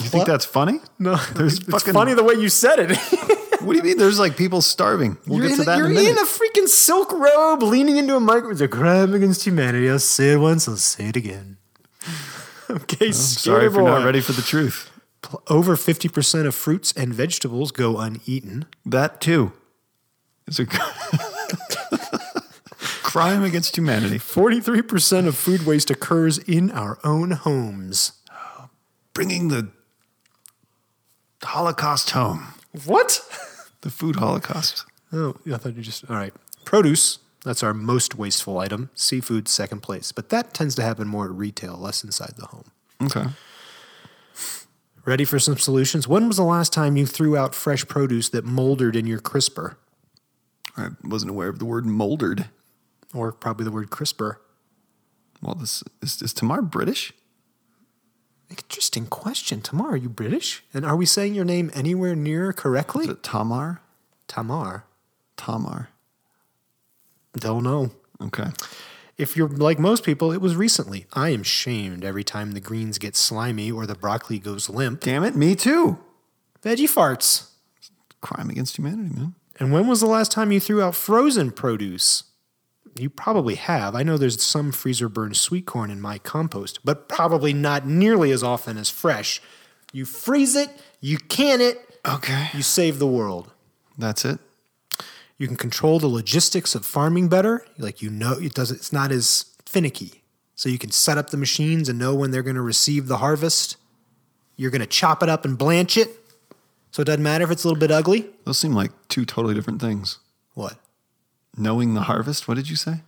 A: You think
B: What?
A: that's funny? (laughs)
B: No,
A: There's
B: it's
A: fucking-
B: funny the way you said it.
A: What do you mean? There's like people starving. We'll
B: (laughs) you're
A: get
B: in,
A: to
B: a-
A: that
B: you're
A: in a minute.
B: in a freaking silk robe, leaning into a microphone. It's a crime against humanity. I'll say it once. I'll say it again. (laughs) okay,
A: Sorry
B: sorry
A: if
B: boy.
A: you're not ready for the truth.
B: Pl- Over fifty percent of fruits and vegetables go uneaten.
A: That too is a (laughs) cr- crime against humanity.
B: Forty-three percent of food waste occurs in our own homes.
A: Bringing the Holocaust home,
B: What? (laughs)
A: the food Holocaust.
B: Oh, I thought you just. All right. Produce, that's our most wasteful item. Seafood, second place. But that tends to happen more at retail, less inside the home.
A: Okay.
B: Ready for some solutions? When was the last time you threw out fresh produce that moldered in your crisper?
A: I wasn't aware of the word moldered.
B: Or probably the word crisper.
A: Well, this is, is Tamar British?
B: Interesting question. Tamar, are you British? And are we saying your name anywhere near
A: Is
B: correctly?
A: it Tamar?
B: Tamar.
A: Tamar.
B: Don't know.
A: Okay.
B: If you're like most people, it was recently. I am shamed every time the greens get slimy or the broccoli goes limp.
A: Damn it, me too.
B: Veggie farts.
A: Crime against humanity, man.
B: And when was the last time you threw out frozen produce? You probably have. I know there's some freezer burned sweet corn in my compost, but probably not nearly as often as fresh. You freeze it, you can it,
A: Okay.
B: you save the world.
A: That's it.
B: You can control the logistics of farming better. Like you know, it does. It's not as finicky. So you can set up the machines and know when they're going to receive the harvest. You're going to chop it up and blanch it, so it doesn't matter if it's a little bit ugly.
A: Those seem like two totally different things.
B: What?
A: Knowing the harvest, what did you say?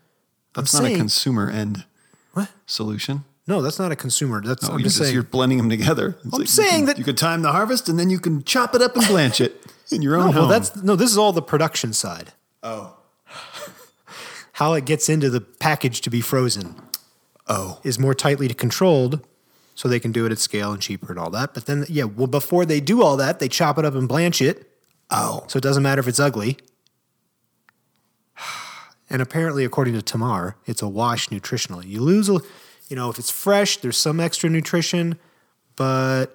A: That's
B: I'm
A: not
B: saying-
A: a consumer end
B: What?
A: solution.
B: No, that's not a consumer. That's
A: No,
B: I'm
A: Oh, you're
B: just,
A: just,
B: saying.
A: you're blending them together. It's
B: I'm
A: you
B: saying
A: can-
B: that-
A: you could time the harvest and then you can chop it up and blanch
B: (laughs)
A: it in your own
B: No,
A: home.
B: Oh, well, that's no. This is all the production side.
A: Uh-huh. oh
B: (laughs) How it gets into the package to be frozen
A: oh
B: is more tightly controlled, so they can do it at scale and cheaper and all that. But then, yeah, well, before they do all that, they chop it up and blanch it.
A: oh.
B: So it doesn't matter if it's ugly. (sighs) And apparently, according to Tamar, it's a wash nutritionally. You lose, a, you know, if it's fresh, there's some extra nutrition, but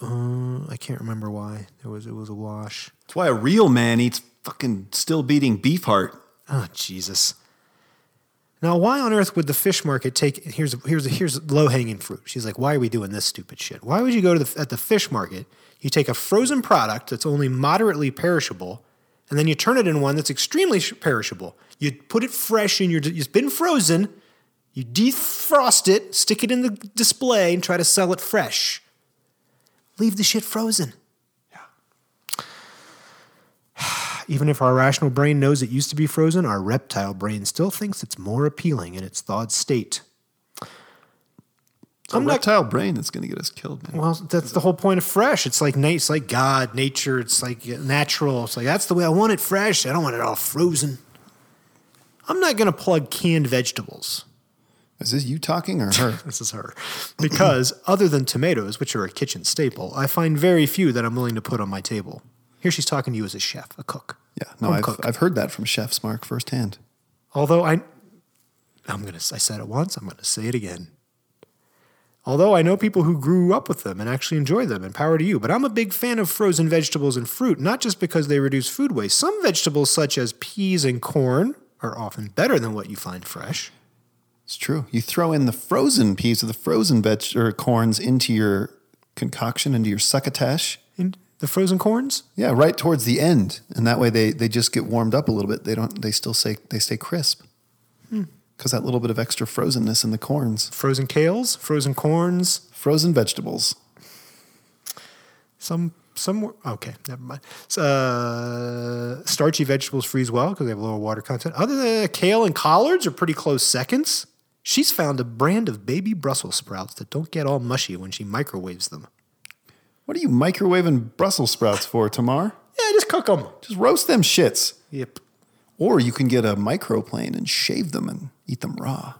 B: uh, I can't remember why it was it was a wash.
A: That's why a real man eats fucking still beating beef heart.
B: Oh Jesus! Now, why on earth would the fish market take? Here's here's here's low hanging fruit. She's like, why are we doing this stupid shit? Why would you go to the at the fish market? You take a frozen product that's only moderately perishable, and then you turn it in one that's extremely sh- perishable. You put it fresh in your. It's been frozen. You defrost it, stick it in the display, and try to sell it fresh. Leave the shit frozen. Even if our rational brain knows it used to be frozen, our reptile brain still thinks it's more appealing in its thawed state.
A: It's a
B: I'm not-
A: reptile brain that's going to get us killed, man.
B: Well, that's the whole point of fresh. It's like na- it's like God, nature. It's like natural. It's like that's the way I want it, fresh. I don't want it all frozen. I'm not going to plug canned vegetables.
A: Is this you talking or
B: (laughs)
A: her?
B: This is her. (clears throat) Because other than tomatoes, which are a kitchen staple, I find very few that I'm willing to put on my table. Here she's talking to you as a chef, a cook.
A: yeah, no,
B: Home
A: I've,
B: cook.
A: I've heard that from chefs, Mark, firsthand.
B: Although I, I'm gonna, I said it once, I'm gonna say it again. Although I know people who grew up with them and actually enjoy them, and power to you, but I'm a big fan of frozen vegetables and fruit, not just because they reduce food waste. Some vegetables, such as peas and corn, are often better than what you find fresh.
A: It's true. You throw in the frozen peas or the frozen veg or corns into your concoction, into your succotash.
B: And the frozen corns?
A: Yeah, right towards the end, and that way they they just get warmed up a little bit. They don't. They still say they stay crisp
B: Hmm.
A: because that little bit of extra frozenness in the corns,
B: Frozen kales, frozen corns,
A: frozen vegetables.
B: Some some okay, never mind. S- Uh, starchy vegetables freeze well because they have lower water content. Other than kale and collards are pretty close seconds. She's found a brand of baby Brussels sprouts that don't get all mushy when she microwaves them.
A: What are you microwaving Brussels sprouts for, Tamar?
B: Yeah, just cook them.
A: Just roast them shits,
B: Yep.
A: or you can get a microplane and shave them and eat them raw.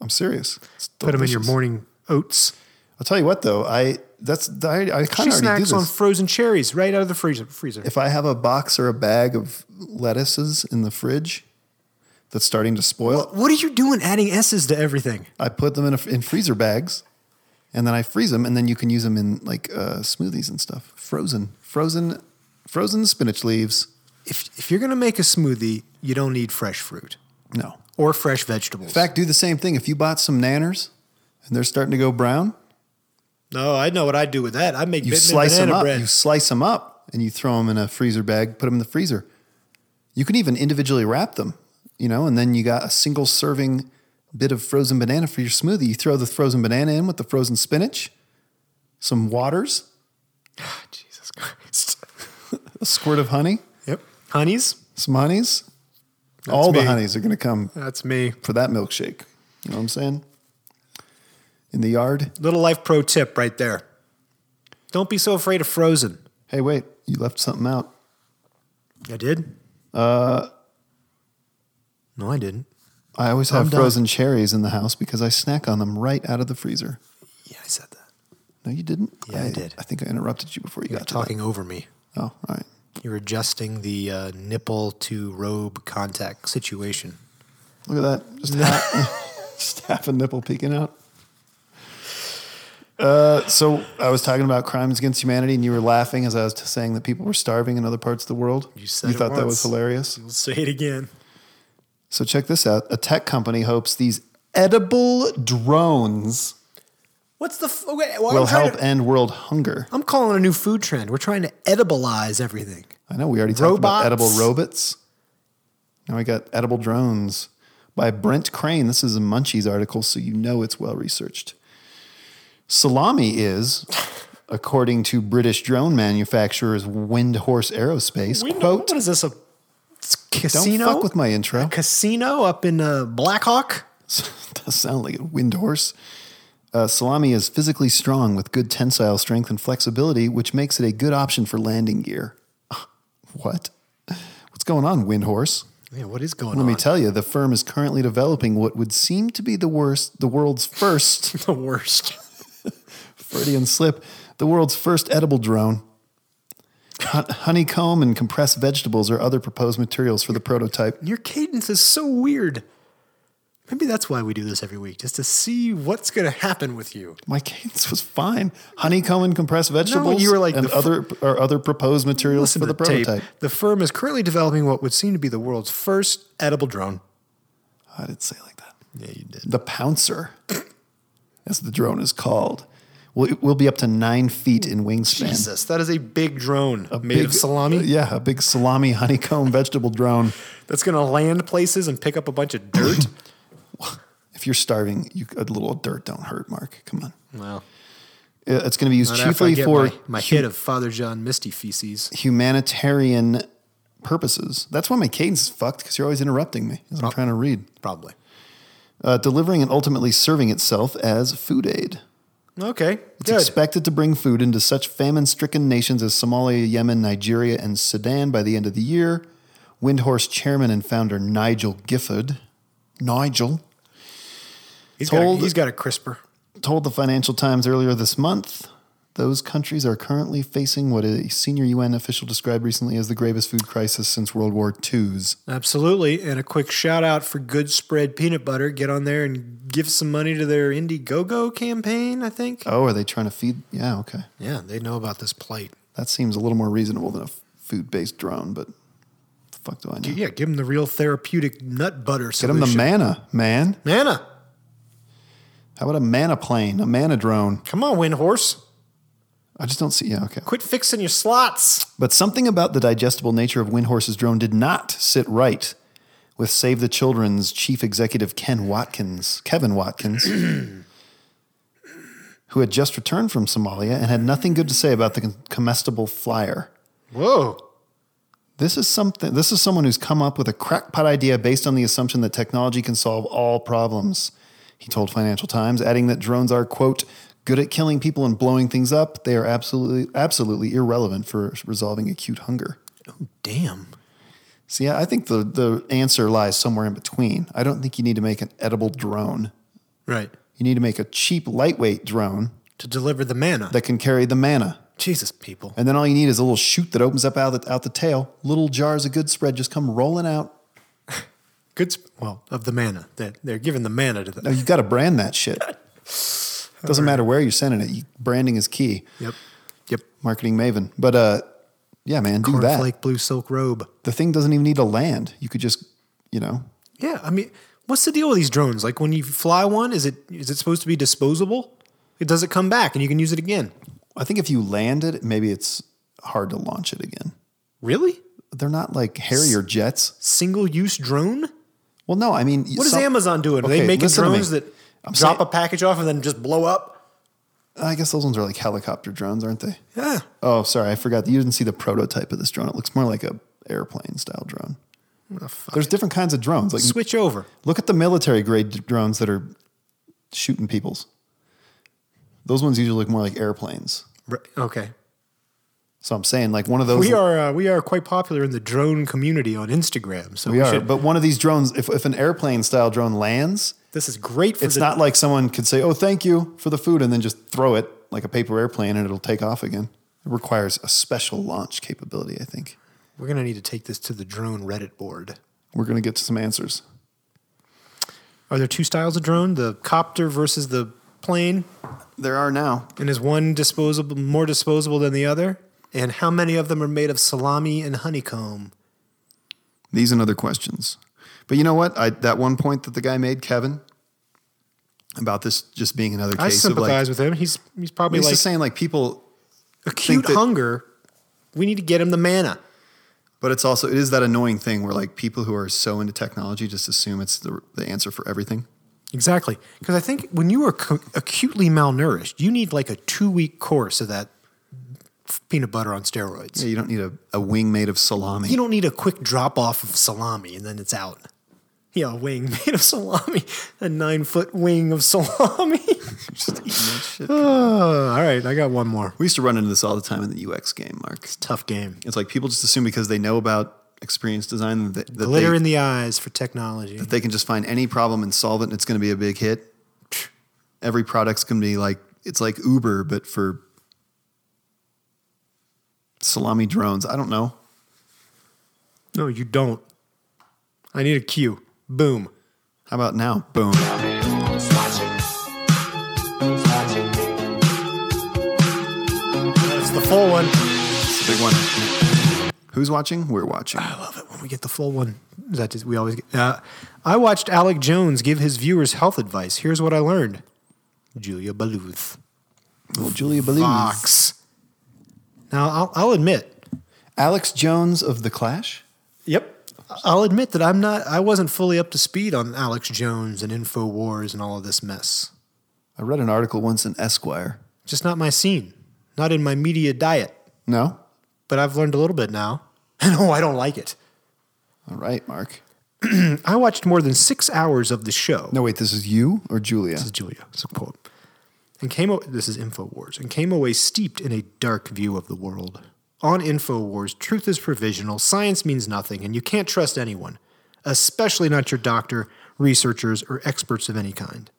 A: I'm serious. It's
B: Put them in your
A: delicious.
B: morning oats.
A: I'll tell you what, though. I that's I, I kind of
B: She
A: already do
B: snacks
A: this.
B: on frozen cherries right out of the freezer. Freezer.
A: if I have a box or a bag of lettuces in the fridge that's starting to spoil,
B: what are you doing adding S's to everything?
A: I put them in, a, in freezer bags, and then I freeze them, and then you can use them in like uh, smoothies and stuff. Frozen, frozen, frozen spinach leaves.
B: If, if you're going to make a smoothie, you don't need fresh fruit
A: No,
B: or fresh vegetables.
A: in fact, do the same thing. If you bought some nanners and they're starting to go brown,
B: no, I know what I do with that. I make
A: you
B: ba-
A: slice
B: banana
A: them up.
B: bread.
A: You slice them up, and you throw them in a freezer bag. Put them in the freezer. You can even individually wrap them, you know, and then you got a single serving bit of frozen banana for your smoothie. You throw the frozen banana in with the frozen spinach, some waters,
B: Jesus Christ.
A: a squirt of honey,
B: Yep. Honeys.
A: some honeys. All
B: me.
A: the honeys are going to come
B: That's me.
A: for that milkshake. You know what I'm saying? In the yard.
B: Little life pro tip right there. Don't be so afraid of frozen.
A: Hey, wait, you left something out.
B: I did? Uh No, I didn't.
A: I always have
B: done.
A: frozen cherries in the house because I snack on them right out of the freezer.
B: Yeah, I said that.
A: No, you didn't.
B: Yeah, I did.
A: I think I interrupted you before you
B: You're
A: got to
B: talking over me.
A: That. Oh, all right.
B: You're adjusting the uh, nipple to robe contact situation.
A: Look at that. Just,
B: (laughs)
A: half, just half a nipple peeking out. Uh, so I was talking about crimes against humanity, and you were laughing as I was saying that people were starving in other parts of the world.
B: You said
A: you
B: it
A: thought that was
B: once.
A: hilarious.
B: Let's say it again.
A: So check this out: a tech company hopes these edible drones
B: What's the f- okay, well,
A: will
B: I'm, trying
A: help
B: to-
A: end world hunger.
B: I'm calling a new food trend. We're trying to edibilize everything.
A: I know we already talked about
B: Robots.
A: edible robots. Now we got edible drones by Brent Crane. This is a Munchies article, so you know it's well researched. Salami is, according to British drone manufacturers Windhorse Aerospace, quote,
B: what is this a it's
A: "Don't
B: casino?
A: fuck with my intro."
B: casino up in uh, Blackhawk.
A: (laughs) does sound like a wind horse. Uh, salami is physically strong with good tensile strength and flexibility, which makes it a good option for landing gear. (laughs) what? What's going on, wind horse?
B: Yeah, what is going
A: Let
B: on?
A: me tell you, the firm is currently developing what would seem to be the worst, the world's first (laughs)
B: the (laughs) worst.
A: Freudian slip, the world's first edible drone. Hon- honeycomb and compressed vegetables are other proposed materials for the prototype.
B: Your cadence is so weird. Maybe that's why we do this every week, just to see what's going to happen with you.
A: My cadence was fine. Honeycomb and compressed vegetables.
B: you were like
A: and
B: the fir-
A: other or other proposed materials for the
B: to tape.
A: prototype.
B: The firm is currently developing what would seem to be the world's first edible (clears throat) drone.
A: I didn't say it like that.
B: Yeah, you did.
A: The pouncer, as the drone is called, will will be up to nine feet in wingspan.
B: Jesus, that is a big drone made
A: Big- uh,
B: of salami
A: Yeah, a big salami honeycomb vegetable drone.
B: (laughs) that's going to land places and pick up a bunch of dirt.
A: If you're starving, you, a little dirt don't hurt, Mark. Come on.
B: (clears throat) well,
A: Uh, It's going to be used
B: not after I
A: chiefly
B: get
A: for
B: my, my hit of Father John Misty feces.
A: humanitarian purposes. That's why my cadence is fucked because you're always interrupting me as
B: Oh.
A: I'm trying to read.
B: Probably.
A: Uh, delivering and ultimately serving itself as food aid.
B: Okay,
A: It's
B: good.
A: expected to bring food into such famine stricken nations as Somalia, Yemen, Nigeria, and Sudan by the end of the year. Windhorse chairman and founder Nigel Gifford, Nigel,
B: he's, got a,
A: told-
B: he's got a crisper.
A: told the Financial Times earlier this month those countries are currently facing what a senior UN official described recently as the gravest food crisis since World War II's.
B: Absolutely. And a quick shout out for Good Spread Peanut Butter. Get on there and give some money to their Indiegogo campaign, I think.
A: Oh, are they trying to feed? Yeah, okay.
B: Yeah, they know about this plight.
A: That seems a little more reasonable than a food based drone, but the fuck do I know?
B: Yeah, give them the real therapeutic nut butter
A: Get them
B: solution.
A: the mana, man.
B: Manna.
A: How about a mana plane, a mana drone?
B: Come on, Wind Horse.
A: I just don't see. Yeah, okay.
B: Quit fixing your slots.
A: But something about the digestible nature of Windhorse's drone did not sit right with Save the Children's chief executive Ken Watkins, Kevin Watkins, (clears throat) who had just returned from Somalia and had nothing good to say about the comestible flyer.
B: Whoa.
A: This is something this is someone who's come up with a crackpot idea based on the assumption that technology can solve all problems. He told Financial Times, adding that drones are, quote, good at killing people and blowing things up. They are absolutely absolutely irrelevant for resolving acute hunger.
B: Damn.
A: See, I I think the the answer lies somewhere in between. I don't think you need to make an edible drone.
B: Right.
A: You need to make a cheap, lightweight drone
B: To deliver the manna.
A: that can carry the mana.
B: Jesus, people.
A: And then all you need is a little chute that opens up out the, out the tail. Little jars of good spread just come rolling out.
B: Good. Sp- well, of the manna. They're, they're giving the manna to
A: Now
B: the.
A: you got to brand that shit. Doesn't matter where you're sending it. You, branding is key.
B: Yep. Yep.
A: Marketing maven. But uh, yeah, man, do that.
B: Cornflake blue silk robe.
A: The thing doesn't even need to land. You could just, you know,
B: Yeah, I mean, what's the deal with these drones? Like when you fly one, is it is it supposed to be disposable? It does it come back and you can use it again?
A: I think if you land it, maybe it's hard to launch it again.
B: Really?
A: They're not like Harrier jets.
B: Single use drone?
A: Well, no, I mean,
B: What is Amazon doing? Are they
A: Okay,
B: making
A: listen to me.
B: drones that
A: I'm
B: drop
A: saying-
B: a package off and then just blow up?
A: I guess those ones are like helicopter drones, aren't they?
B: Yeah.
A: Oh, sorry, I forgot. You didn't see the prototype of this drone. It looks more like a airplane style drone. There's different kinds of drones. Like,
B: Switch over.
A: look at the military grade drones that are shooting peoples. Those ones usually look more like airplanes.
B: R- Okay.
A: So I'm saying, like one of those.
B: We are uh, we are quite popular in the drone community on Instagram. So we,
A: we are.
B: should-
A: But one of these drones, if, if an airplane style drone lands,
B: this is great for
A: it's
B: the,
A: not like someone could say, "Oh, thank you for the food," and then just throw it like a paper airplane and it'll take off again. It requires a special launch capability, I think.
B: We're gonna need to take this to the drone Reddit board.
A: We're going to get to some answers.
B: Are there two styles of drone? The copter versus the plane?
A: There are now.
B: And is one disposable more disposable than the other? And how many of them are made of salami and honeycomb?
A: These and other questions. But you know what? I, that one point that the guy made, Kevin, about this just being another case
B: I
A: of like
B: sympathize with him. He's he's probably
A: he's
B: like
A: just saying like people
B: acute
A: that-
B: hunger. We need to get him the manna.
A: but it's also it is that annoying thing where like people who are so into technology just assume it's the, the answer for everything
B: Exactly, because I think when you are co- acutely malnourished, you need like a two week course of that f- peanut butter on steroids.
A: yeah you don't need a, a wing made of salami
B: You don't need a quick drop off of salami and then it's out. Yeah, a wing (laughs) made of salami, a nine foot wing of (laughs) salami. Uh, all right, I got one more.
A: we used to run into this all the time in the ux game mark
B: Tough game.
A: it's like people just assume because they know about experience design that, that,
B: Glitter
A: they,
B: in the eyes for technology.
A: they can just find any problem and solve it and it's going to be a big hit every product's going to be like it's like uber but for salami drones i don't know
B: No, you don't. I need a cue. Boom.
A: how about now boom
B: That's the full one.
A: It's a big one who's watching we're watching
B: I love it when we get the full one. Is that just, we always get? Uh, I watched Alec Jones give his viewers health advice. Here's what I learned: Julia Baluth,
A: Well, Julia Bellows.
B: Fox. Now I'll, I'll admit,
A: Alex Jones of The Clash?
B: yep, I'll admit that I'm not. I wasn't fully up to speed on Alex Jones and Infowars and all of this mess.
A: I read an article once in Esquire.
B: Just not my scene. Not in my media diet.
A: No?
B: But I've learned a little bit now. (laughs) no, I don't like it.
A: All right, Mark.
B: I watched more than six hours of the show.
A: No, wait, this is you or Julia?
B: This is Julia. It's a quote. And came o- this is InfoWars and came away steeped in a dark view of the world. On InfoWars, truth is provisional, science means nothing, and you can't trust anyone, especially not your doctor, researchers, or experts of any kind.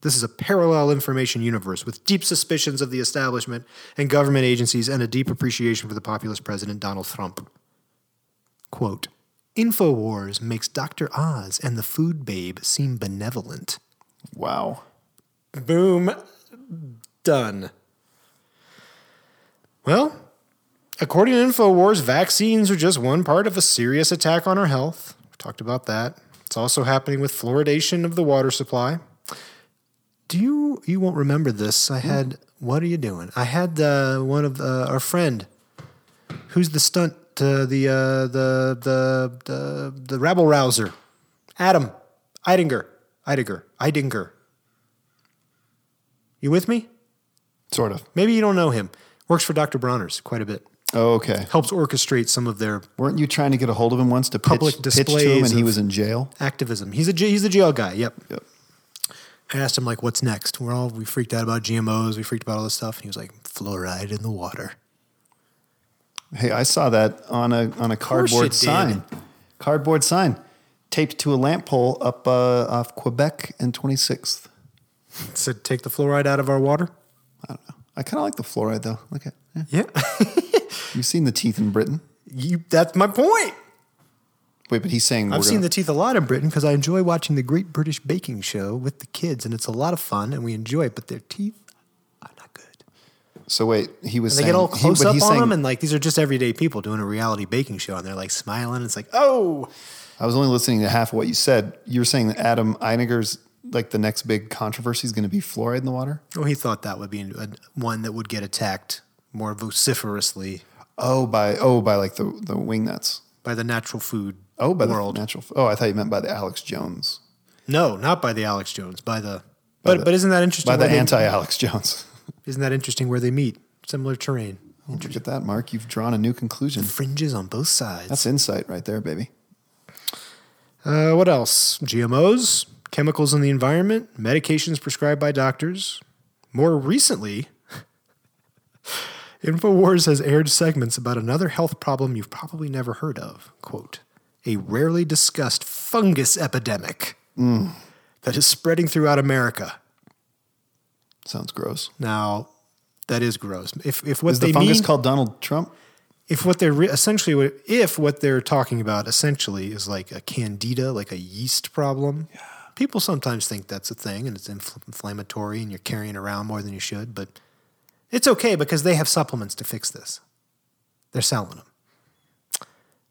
B: This is a parallel information universe with deep suspicions of the establishment and government agencies and a deep appreciation for the populist president Donald Trump. Quote InfoWars makes Dr. Oz and the food babe seem benevolent.
A: Wow.
B: Boom. Done. Well, according to InfoWars, vaccines are just one part of a serious attack on our health. We talked about that. It's also happening with fluoridation of the water supply. Do you you won't remember this? I had what are you doing? I had uh, one of uh, our friend, who's the stunt, uh, the, uh, the the the the rabble rouser, Adam Eidinger, Eidinger, Eidinger. You with me?
A: Sort of.
B: Maybe you don't know him. Works for Dr. Bronner's quite a bit.
A: Oh, okay.
B: Helps orchestrate some of their
A: Weren't you trying to get a hold of him once to pitch,
B: Public
A: pitch to him
B: displays
A: and he
B: of-
A: was in jail?
B: activism. He's a j- he's a jail guy. Yep.
A: Yep.
B: I asked him like, "What's next?" We're all we freaked out about GMOs. We freaked about all this stuff, and he was like, "Fluoride in the water."
A: Hey, I saw that on a on a
B: course you
A: cardboard
B: did.
A: sign. Cardboard sign taped to a lamp pole up uh, off Quebec and 26th.
B: Said, "Take the fluoride out of our water."
A: I kind of like the fluoride though. Look at yeah.
B: Yeah, (laughs)
A: You've seen the teeth in Britain.
B: you. That's my point.
A: Wait, but he's saying
B: I've
A: we're
B: seen
A: gonna-
B: the teeth a lot in Britain because I enjoy watching the Great British Baking Show with the kids, and it's a lot of fun, and we enjoy it. But their teeth are not good.
A: So wait, he was
B: And
A: saying
B: they get all
A: he-
B: close
A: but
B: up on
A: he's saying-
B: them, and like these are just everyday people doing a reality baking show, and they're like smiling. It's like, oh,
A: I was only listening to half of what you said. You were saying that Adam Einiger's like the next big controversy is going to be fluoride in the water.
B: well, he thought that would be a, one that would get attacked more vociferously
A: Oh, by oh by like the the wingnuts.
B: by the natural food
A: Oh, by
B: world.
A: the natural. Oh, I thought you meant by the Alex Jones.
B: no, not by the Alex Jones, by the. but
A: the-
B: but isn't that interesting?
A: By the
B: where they-
A: anti Alex Jones. (laughs)
B: Isn't that interesting where they meet? Similar terrain,
A: Look at that, Mark. You've drawn a new conclusion.
B: fringes on both sides.
A: That's insight right there, baby.
B: Uh, what else? GMOs, chemicals in the environment, medications prescribed by doctors. More recently, (laughs) InfoWars has aired segments about another health problem you've probably never heard of. Quote, a rarely discussed fungus epidemic
A: Mm.
B: that is spreading throughout America.
A: Sounds gross.
B: Now, that is gross. If, if what
A: Is
B: they
A: the fungus
B: mean,
A: called Donald Trump?
B: if what they're re- essentially, what- if what they're talking about essentially is like a candida, like a yeast problem, people sometimes think that's a thing and it's infl- inflammatory and you're carrying it around more than you should, but it's okay because they have supplements to fix this. They're selling them.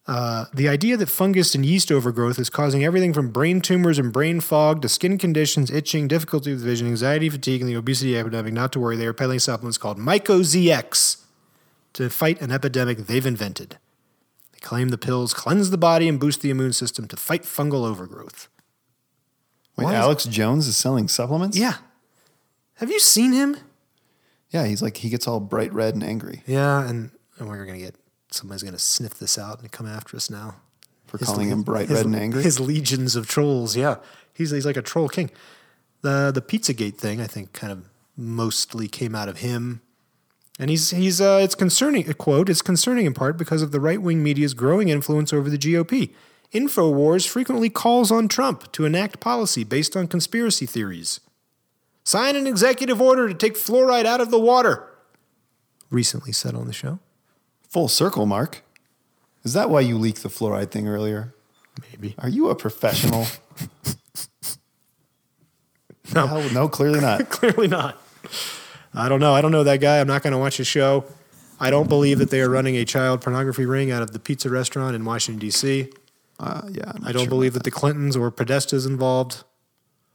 B: Uh, the idea that fungus and yeast overgrowth is causing everything from brain tumors and brain fog to skin conditions, itching, difficulty with vision, anxiety, fatigue, and the obesity epidemic. Not to worry, they are peddling supplements called MycoZX to fight an epidemic they've invented. They claim the pills cleanse the body and boost the immune system to fight fungal overgrowth.
A: Wait,
B: Why is-
A: Alex Jones is selling supplements?
B: Yeah. Have you seen him?
A: Yeah, he's like, he gets all bright red and angry
B: Yeah, and, and we're gonna get somebody's gonna sniff this out and come after us now.
A: for calling him bright
B: His-
A: red and angry.
B: His legions of trolls. Yeah, he's he's like a troll king. The the PizzaGate thing, I think, kind of mostly came out of him. And he's he's uh, it's concerning quote it's concerning in part because of the right wing media's growing influence over the GOP. Infowars frequently calls on Trump to enact policy based on conspiracy theories. Sign an executive order to take fluoride out of the water. Recently said on the show.
A: Full circle, Mark. Is that why you leaked the fluoride thing earlier?
B: Maybe.
A: Are you a
B: (laughs)
A: professional?
B: No.
A: Hell, no, clearly not.
B: (laughs) Clearly not. I don't know. I don't know that guy. I'm not going to watch his show. I don't believe that they are running a child pornography ring out of the pizza restaurant in Washington, D.C.
A: Uh, yeah, I'm
B: I don't believe that the Clintons or Podesta's involved.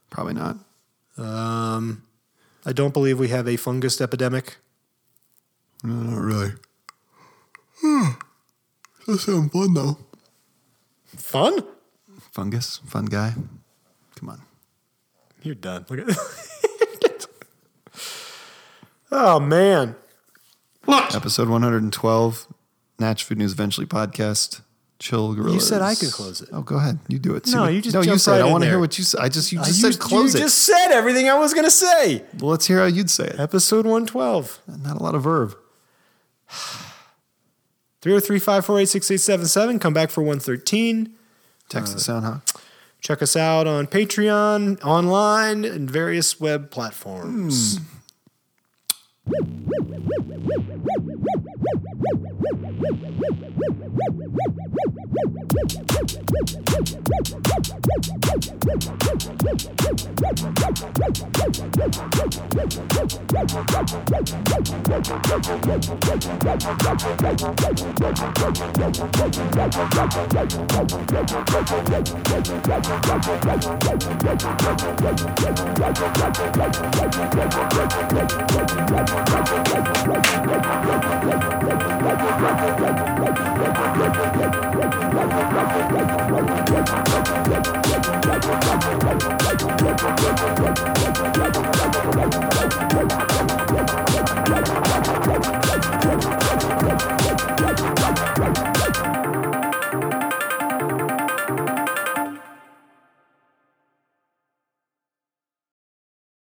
A: Probably not.
B: Um, I don't believe we have a fungus epidemic.
A: No, not really. Hmm. that sounds fun though.
B: Fun?
A: Fungus, fun guy. Come on.
B: You're done. Look at (laughs) oh, man.
A: Episode 112, Natch Food News Eventually podcast. Chill gorillas.
B: said I could close it.
A: Oh, go ahead. You do it. See
B: No,
A: what-
B: you just
A: no. You
B: jumped
A: said.
B: right
A: I
B: in
A: want to hear
B: there.
A: what you said. I just you
B: I
A: just said close
B: you
A: it.
B: just said everything I was going to say.
A: well, let's hear how you'd say it.
B: Episode 112.
A: Not a lot of verb.
B: 303 548 6877. Come back for 113. Uh,
A: Text the sound, huh?
B: Check us out on Patreon, online, and various web platforms.